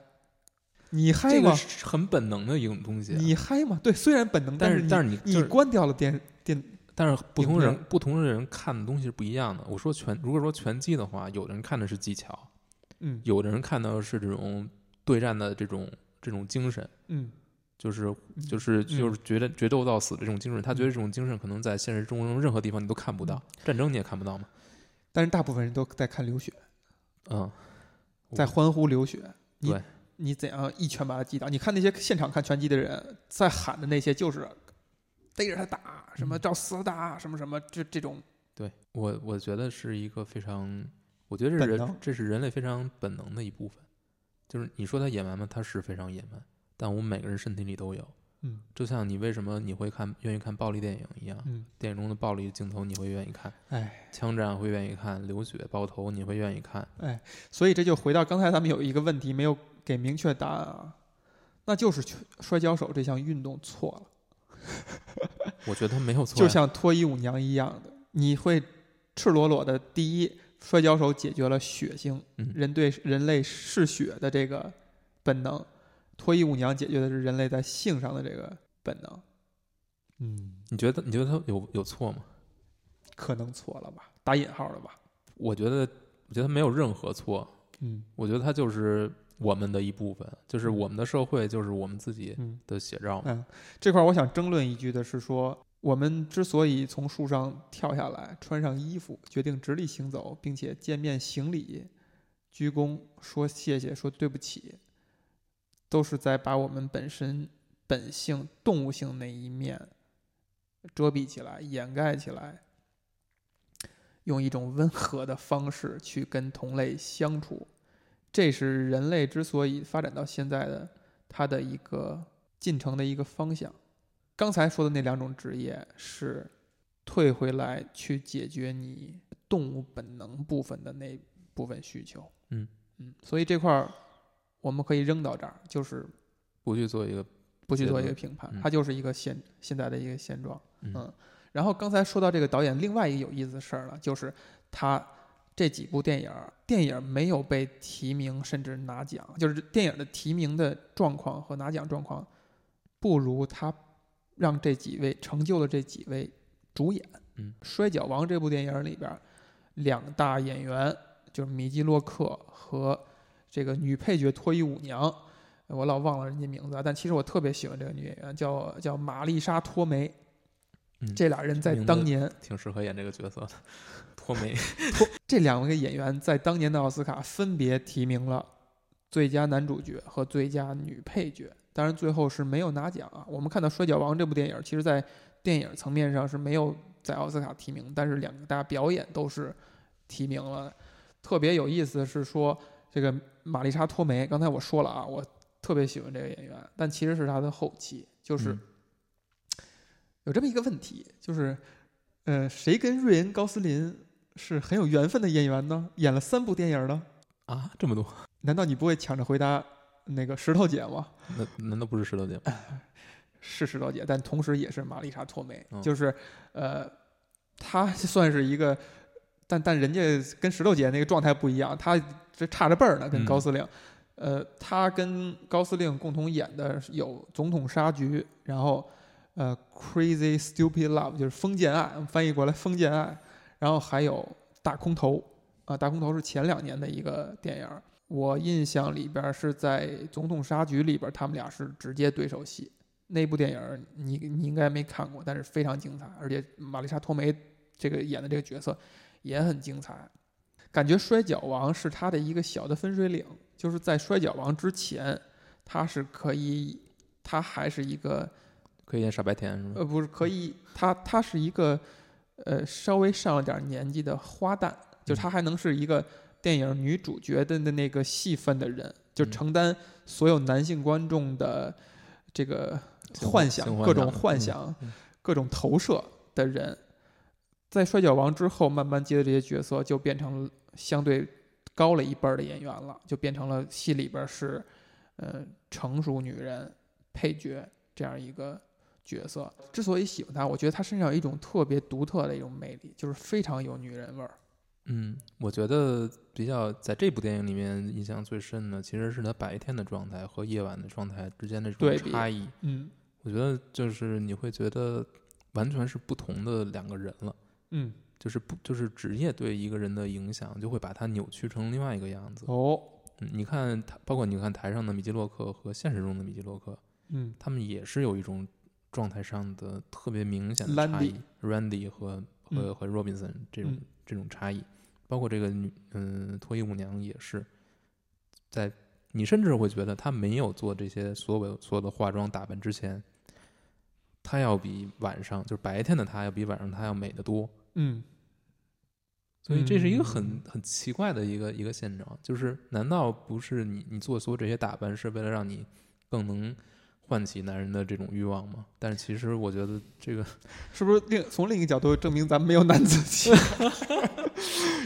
S1: 你嗨
S2: 这个
S1: 吗？
S2: 是很本能的一种东西啊、
S1: 你嗨吗？对，虽然本能，
S2: 但
S1: 是
S2: 但
S1: 是
S2: 是你
S1: 你
S2: 就
S1: 你
S2: 是
S1: 关掉了电电，
S2: 但是不同
S1: 影片
S2: 人不同的人看的东西是不一样的。我说拳，如果说拳击的话，有的人看的是技巧，
S1: 嗯
S2: 有的人看到的是这种对战的这种这种精神，
S1: 嗯
S2: 就是
S1: 嗯
S2: 就是就是决战决斗到死这种精神。他觉得这种精神可能在现实中任何地方你都看不到，
S1: 嗯
S2: 战争你也看不到嘛。
S1: 但是大部分人都在看流血，
S2: 嗯，我
S1: 在欢呼流血。你
S2: 对
S1: 你怎样一拳把他击倒？你看那些现场看拳击的人在喊的那些，就是逮着他打，什么
S2: 嗯
S1: 照死打，什么什么这这种
S2: 对我，我觉得是一个非常，我觉得这
S3: 本
S2: 是人
S3: 能
S2: 这是人类非常本能的一部分。就是你说它野蛮吗？它是非常野蛮，但我们每个人身体里都有。
S1: 嗯
S2: 就像你为什么你会看愿意看暴力电影一样，
S1: 嗯，
S2: 电影中的暴力镜头你会愿意看，
S3: 哎，
S2: 枪战会愿意看，流血爆头你会愿意看。
S1: 所以这就回到刚才咱们有一个问题没有给明确答案啊，那就是拳摔跤手这项运动错了，
S2: 我觉得它没有错啊呀，
S1: 就像脱衣舞娘一样的，你会赤裸裸的第一，摔跤手解决了血腥，
S2: 嗯
S1: 人对人类嗜血的这个本能，脱衣舞娘解决的是人类在性上的这个本能，
S3: 嗯，
S2: 你觉得你觉得它有有错吗？
S1: 可能错了吧，打引号了吧，
S2: 我觉得我觉得它没有任何错，
S1: 嗯
S2: 我觉得它就是我们的一部分，就是我们的社会，就是我们自己
S1: 嗯。
S2: 的写照嘛。
S1: 嗯，这块儿我想争论一句的是说，我们之所以从树上跳下来，穿上衣服，决定直立行走，并且见面行礼、鞠躬、说谢谢、说对不起，都是在把我们本身本性、动物性那一面遮蔽起来、掩盖起来，用一种温和的方式去跟同类相处。这是人类之所以发展到现在的它的一个进程的一个方向。刚才说的那两种职业是退回来去解决你动物本能部分的那部分需求。
S2: 嗯
S1: 嗯，所以这块儿我们可以扔到这儿，就是
S2: 不去做一个
S1: 不去做一
S2: 结
S1: 个
S2: 论
S1: 评判，
S2: 嗯
S1: 它就是一个现现在的一个现状。
S2: 嗯
S1: 嗯然后刚才说到这个导演另外一个有意思的事儿了，就是他这几部电影儿，电影儿没有被提名甚至拿奖，就是电影的提名的状况和拿奖状况，不如他让这几位成就了这几位主演。
S2: 嗯
S1: 《摔跤王》这部电影里边儿，两大演员就是米基洛克和这个女配角脱衣舞娘。我老忘了人家名字啊，但其实我特别喜欢这个女演员，叫叫玛丽莎·托梅。
S2: 嗯
S1: 这俩人在
S2: 名字
S1: 当年
S2: 挺适合演这个角色的，脱媒。
S1: 这两位演员在当年的奥斯卡分别提名了最佳男主角和最佳女配角，当然最后是没有拿奖啊。我们看到《摔跤王》这部电影，其实在电影层面上是没有在奥斯卡提名，但是两大表演都是提名了。特别有意思的是说，这个玛丽莎·托梅，刚才我说了啊，我特别喜欢这个演员，但其实是她的后期，就是
S2: 嗯
S1: 有这么一个问题，就是，呃，谁跟瑞恩·高斯林是很有缘分的演员呢？演了三部电影呢，
S2: 啊，这么多，
S1: 难道你不会抢着回答那个石头姐吗？
S2: 那难道不是石头姐
S1: 哎
S2: 吗？
S1: 是石头姐，但同时也是玛丽莎·托梅，
S2: 嗯
S1: 就是呃，她 *laughs* 算是一个，但但人家跟石头姐那个状态不一样，她这差着辈儿呢，跟
S2: 嗯
S1: 高司令。呃，她跟高司令共同演的有《总统杀局》，然后呃，《Crazy Stupid Love》就是《封建爱》，翻译过来《封建爱》，然后还有《大空头》啊，《大空头》是前两年的一个电影儿。我印象里边儿是在《总统杀局》里边儿，他们俩是直接对手戏。那部电影儿你你应该没看过，但是非常精彩，而且玛丽莎·托梅这个演的这个角色也很精彩。感觉《摔跤王》是他的一个小的分水岭，就是在《摔跤王》之前，他是可以，他还是一个
S2: 可以演傻白甜是吧？
S1: 呃，不是，可以，他他是一个呃稍微上了点儿年纪的花旦，就
S2: 嗯
S1: 他还能是一个电影女主角的的那个戏份的人，就
S2: 嗯
S1: 承担所有男性观众的这个
S2: 性幻
S1: 幻
S2: 性
S1: 想、
S2: 幻
S1: 各
S2: 想
S1: 种幻
S2: 嗯
S1: 想、
S2: 嗯
S1: 各种投射的人，在《摔跤王》之后慢慢接的这些角色就变成了相对高了一辈儿的演员了，就变成了戏里边儿是呃成熟女人配角这样一个角色。之所以喜欢她，我觉得她身上有一种特别独特的一种魅力，就是非常有女人味儿。
S2: 嗯，我觉得比较在这部电影里面印象最深的，其实是他白天的状态和夜晚的状态之间的这
S1: 对
S2: 种
S1: 比
S2: 差异。
S1: 嗯
S2: 我觉得就是你会觉得完全是不同的两个人了，
S1: 嗯，
S2: 就是不就是职业对一个人的影响，就会把他扭曲成另外一个样子。
S1: 哦，
S2: 嗯你看他，包括你看台上的米基洛克和现实中的米基洛克，
S1: 嗯
S2: 他们也是有一种状态上的特别明显的
S1: Landy
S2: 差异，Randy 和和
S1: 嗯
S2: 和 Robinson 这种、
S1: 嗯
S2: 这种差异，包括这个女嗯脱衣舞娘也是，在你甚至会觉得她没有做这些所有所有的化妆打扮之前，她要比晚上就是白天的她要比晚上她要美得多，
S1: 嗯
S2: 所以这是一个很、
S1: 嗯
S2: 很奇怪的一个一个现状，就是难道不是你你做所有这些打扮是为了让你更能唤起男人的这种欲望吗？但是其实我觉得这个
S1: 是不是另从另一个角度证明咱们没有男子 *laughs* 气？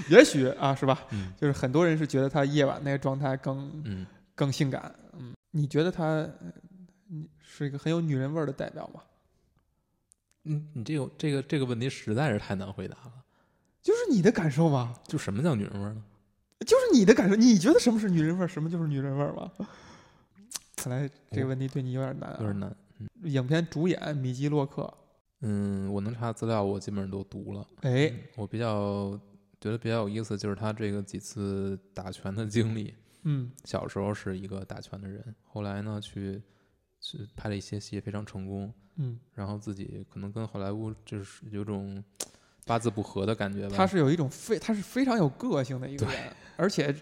S1: 也许啊，是吧？
S2: 嗯
S1: 就是很多人是觉得他夜晚那个状态更
S2: 嗯
S1: 更性感。嗯，你觉得他呃你是一个很有女人味儿的代表吗？
S2: 嗯，你这个这个这个问题实在是太难回答了。
S1: 就是你的感受吗？
S2: 就什么叫女人味儿呢？
S1: 就是你的感受，你觉得什么是女人味儿，什么就是女人味儿吗？看来这个问题对你有点难、啊。
S2: 有点难。
S1: 影片主演米基洛克，
S2: 嗯，我能查的资料，我基本上都读了。
S1: 哎，
S2: 嗯我比较觉得比较有意思，就是他这个几次打拳的经历。
S1: 嗯
S2: 小时候是一个打拳的人，后来呢去去拍了一些戏，非常成功。
S1: 嗯，
S2: 然后自己可能跟好莱坞就是有种八字不合的感觉吧。
S1: 他是有一种非，他是非常有个性的一个人，而且，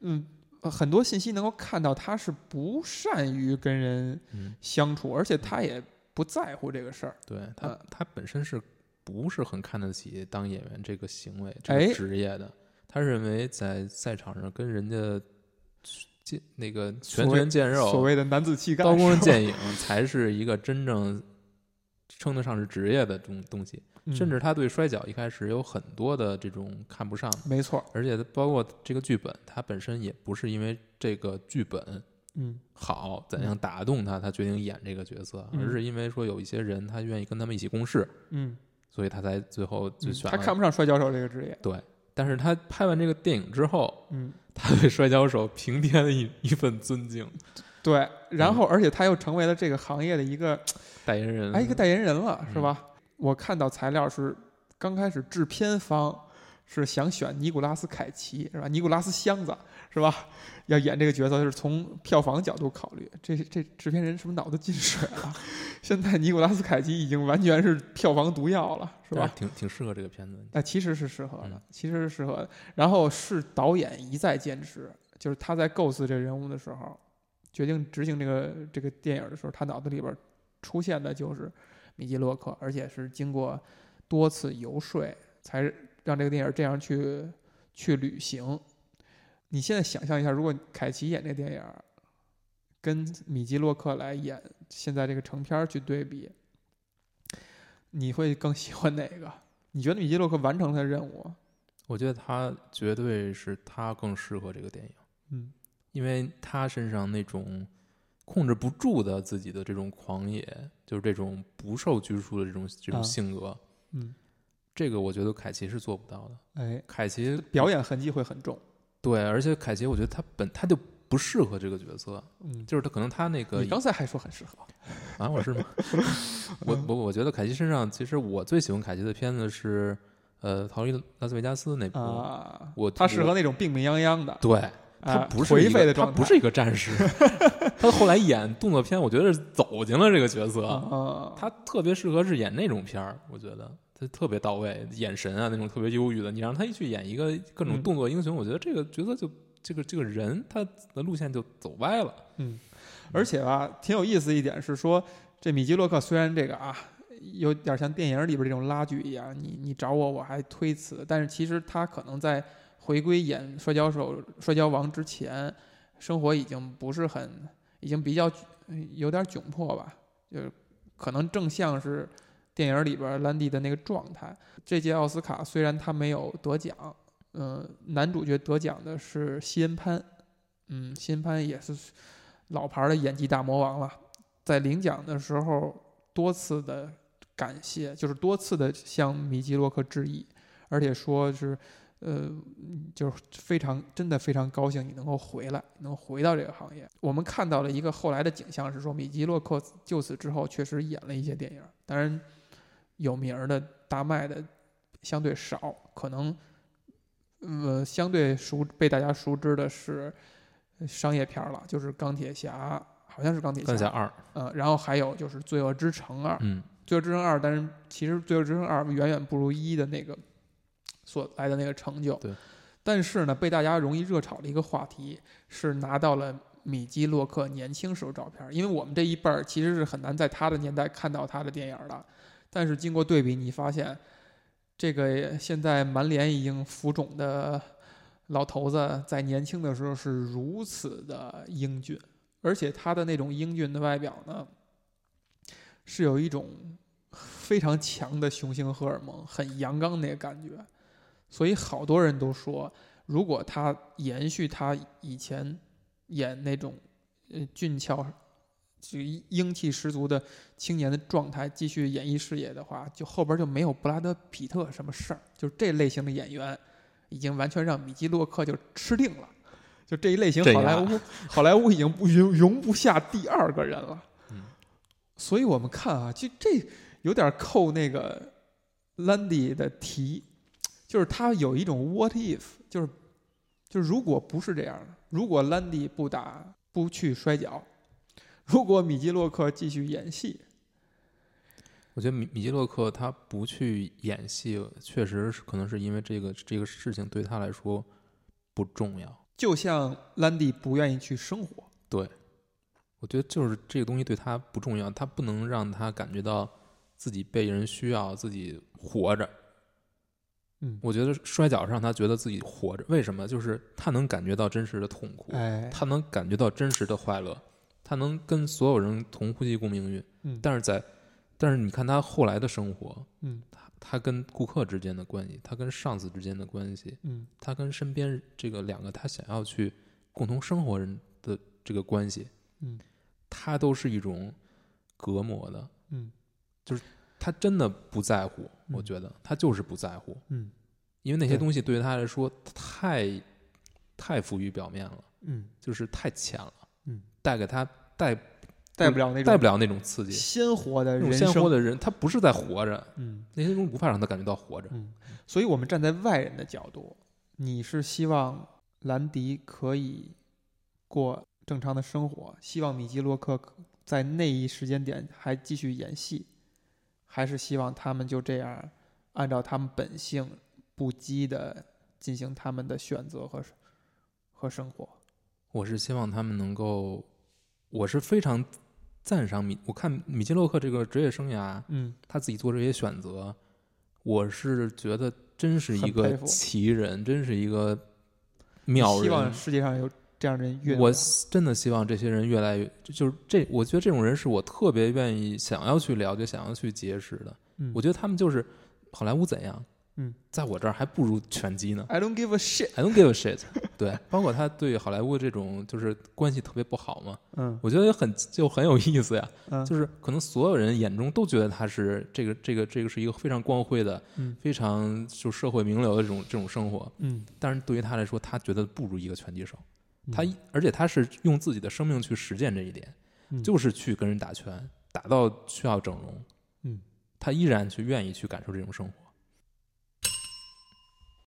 S1: 嗯，呃很多信息能够看到他是不善于跟人
S2: 嗯，
S1: 相处，而且他也不在乎这个事儿。
S2: 对他
S1: 呃
S2: 他本身是不是很看得起当演员这个行为这
S1: 哎
S2: 个职业的？他认为在赛场上跟人家见那个
S1: 所
S2: 拳
S1: 谓
S2: 拳见肉、
S1: 所谓的男子气概，
S2: 刀光
S1: 是吧 *laughs*
S2: 剑影，才是一个真正称得上是职业的东东西。
S1: 嗯
S2: 甚至他对摔跤一开始有很多的这种看不上的，
S1: 没错，
S2: 而且包括这个剧本，他本身也不是因为这个剧本
S1: 嗯
S2: 好怎样打动他，他决定演这个角色，
S1: 嗯
S2: 而是因为说有一些人他愿意跟他们一起共事，
S1: 嗯，
S2: 所以他才最后就
S1: 嗯
S2: 选
S1: 他
S2: 了。
S1: 看不上摔跤手这个职业，
S2: 但是他拍完这个电影之后，
S1: 嗯，
S2: 他对摔跤手平添了一 *laughs* 一份尊敬，
S1: 对，然
S2: 嗯
S1: 后而且他又成为了这个行业的一个
S2: 代言人
S1: 哎，一个代言人了，是
S2: 嗯
S1: 吧？我看到材料是刚开始制片方是想选尼古拉斯凯奇，是吧？尼古拉斯箱子，是吧？要演这个角色，就是从票房角度考虑。这这制片人是不是脑子进水了？ *laughs* 现在尼古拉斯凯奇已经完全是票房毒药了，是
S2: 但
S1: 吧
S2: 是？挺挺适合这个片子。
S1: 那其实是适合的
S2: 嗯，
S1: 其实是适合的。然后是导演一再坚持，就是他在构思这个人物的时候，决定执行这个这个电影的时候，他脑子里边出现的就是米基洛克，而且是经过多次游说，才让这个电影这样去去旅行。你现在想象一下，如果凯奇演这个电影，跟米基洛克来演现在这个成片儿去对比，你会更喜欢哪个？你觉得米基洛克完成了他的任务？
S2: 我觉得他绝对是他更适合这个电影。
S1: 嗯
S2: 因为他身上那种控制不住的自己的这种狂野，就是这种不受拘束的这种这
S1: 啊
S2: 种性格，
S1: 嗯，
S2: 这个我觉得凯奇是做不到的。
S1: 哎，
S2: 凯奇
S1: 表演痕迹会很重。
S2: 对，而且凯奇我觉得他本他就不适合这个角色，
S1: 嗯，
S2: 就是他可能他那个
S1: 你刚才还说很适合。
S2: 啊，我是
S1: *laughs*
S2: 吗？我我我觉得凯奇身上，其实我最喜欢凯奇的片子是呃《逃离拉斯维加斯》那部，
S1: 啊，
S2: 我
S1: 他适合
S2: 我
S1: 那种病病殃殃的，
S2: 对。他
S1: 啊
S2: 不是一
S1: 颓
S2: 个
S1: 废的
S2: 他
S1: 状态，
S2: 不是一个战士。 *laughs* 他后来演动作片，我觉得是走进了这个角色。
S1: 啊，
S2: 他特别适合是演那种片儿，我觉得他特别到位，眼神啊那种特别忧郁的，你让他一去演一个各种
S1: 嗯
S2: 动作英雄，我觉得这个角色就这个这个人他的路线就走歪了。
S1: 而且吧，挺有意思一点是说，这米基洛克虽然这个啊，有点像电影里边这种拉锯一样，你你找我我还推辞，但是其实他可能在回归演摔跤手、摔跤王之前，生活已经不是很，已经比较有点窘迫吧，就是可能正像是电影里边兰迪的那个状态。这届奥斯卡虽然他没有得奖，嗯、男主角得奖的是西恩潘，嗯，西恩潘也是老牌儿的演技大魔王了，在领奖的时候多次的感谢，就是多次的向米基洛克致意，而且说是，呃，嗯就是非常真的非常高兴你能够回来，能回到这个行业。我们看到了一个后来的景象是说，米基洛克就此之后确实演了一些电影，当然有名儿的大卖的相对少，可能。呃，相对熟被大家熟知的是商业片儿了，就是钢铁侠，好像是钢铁
S2: 钢铁侠二，
S1: 呃，然后还有就是《罪恶之城啊二》，《
S2: 嗯，
S1: 罪恶之城二》，但是其实《罪恶之城二》远远不如一的那个所来的那个成就。
S2: 对。
S1: 但是呢，被大家容易热炒的一个话题是拿到了米基洛克年轻时候照片儿，因为我们这一辈儿其实是很难在他的年代看到他的电影儿的。但是经过对比，你发现这个现在满脸已经浮肿的老头子，在年轻的时候是如此的英俊，而且他的那种英俊的外表呢，是有一种非常强的雄性荷尔蒙，很阳刚那个感觉。所以好多人都说，如果他延续他以前演那种呃俊俏、就英气十足的青年的状态，继续演艺事业的话，就后边就没有布拉德·皮特什么事儿。就是这类型的演员，已经完全让米基·洛克就吃定了。就这一类型，
S2: 这
S1: 好莱
S2: 样
S1: 坞好莱坞已经不容容不下第二个人了。
S2: 嗯，
S1: 所以我们看啊，就这有点扣那个兰迪的题，就是他有一种 what if，就是就是如果不是这样的，如果兰迪不打不去摔跤，如果米基洛克继续演戏，
S2: 我觉得米米基洛克他不去演戏，确实是可能是因为这个这个事情对他来说不重要。
S1: 就像兰迪不愿意去生活，
S2: 我觉得就是这个东西对他不重要，他不能让他感觉到自己被人需要，自己活着。
S1: 嗯，
S2: 我觉得摔跤是让他觉得自己活着，为什么？就是他能感觉到真实的痛苦，
S1: 哎，
S2: 他能感觉到真实的快乐，他能跟所有人同呼吸共命运。
S1: 嗯，
S2: 但是在，但是你看他后来的生活，
S1: 嗯
S2: 他跟顾客之间的关系，他跟上司之间的关系，
S1: 嗯
S2: 他跟身边这个两个他想要去共同生活人的这个关系，
S1: 嗯，
S2: 他都是一种隔膜的，
S1: 嗯
S2: 他真的不在乎，
S1: 嗯
S2: 我觉得他就是不在乎，
S1: 嗯
S2: 因为那些
S1: 对
S2: 东西对于他来说太太浮于表面了，
S1: 嗯，
S2: 就是太浅了，
S1: 嗯，
S2: 带给他带
S1: 带不了那
S2: 带
S1: 种
S2: 不了那种刺激，
S1: 鲜活的
S2: 那
S1: 人
S2: 种
S1: 生，
S2: 鲜活的人，他不是在活着，
S1: 嗯。
S2: 那些东西无法让他感觉到活着，
S1: 嗯，所以我们站在外人的角度，你是希望兰迪可以过正常的生活，希望米基洛克可在那一时间点还继续演戏，还是希望他们就这样按照他们本性不羁的进行他们的选择和和生活？
S2: 我是希望他们能够，我是非常赞赏米，我看米基洛克这个职业生涯，
S1: 嗯
S2: 他自己做这些选择，我是觉得真是一
S1: 很
S2: 个
S1: 佩服
S2: 奇人，真是一个
S1: 你
S2: 妙
S1: 希望
S2: 人。
S1: 世界上有这样人越来
S2: 我
S1: 越
S2: 真的希望这些人越来越，就是这，我觉得这种人是我特别愿意想要去了解、想要去结识的。
S1: 嗯
S2: 我觉得他们就是好莱坞怎样，
S1: 嗯，
S2: 在我这儿还不如拳击呢。
S1: I don't give a shit，
S2: I don't give a shit 。 *laughs* 对，包括他对好莱坞这种就是关系特别不好嘛，
S1: 嗯
S2: 我觉得很就很有意思呀，
S1: 嗯，
S2: 就是可能所有人眼中都觉得他是这个这个这个是一个非常光辉的，
S1: 嗯
S2: 非常就社会名流的这种这种生活，
S1: 嗯，
S2: 但是对于他来说，他觉得不如一个拳击手，他
S1: 嗯
S2: 而且他是用自己的生命去实践这一点，
S1: 嗯
S2: 就是去跟人打拳，打到需要整容，
S1: 嗯，
S2: 他依然去愿意去感受这种生活，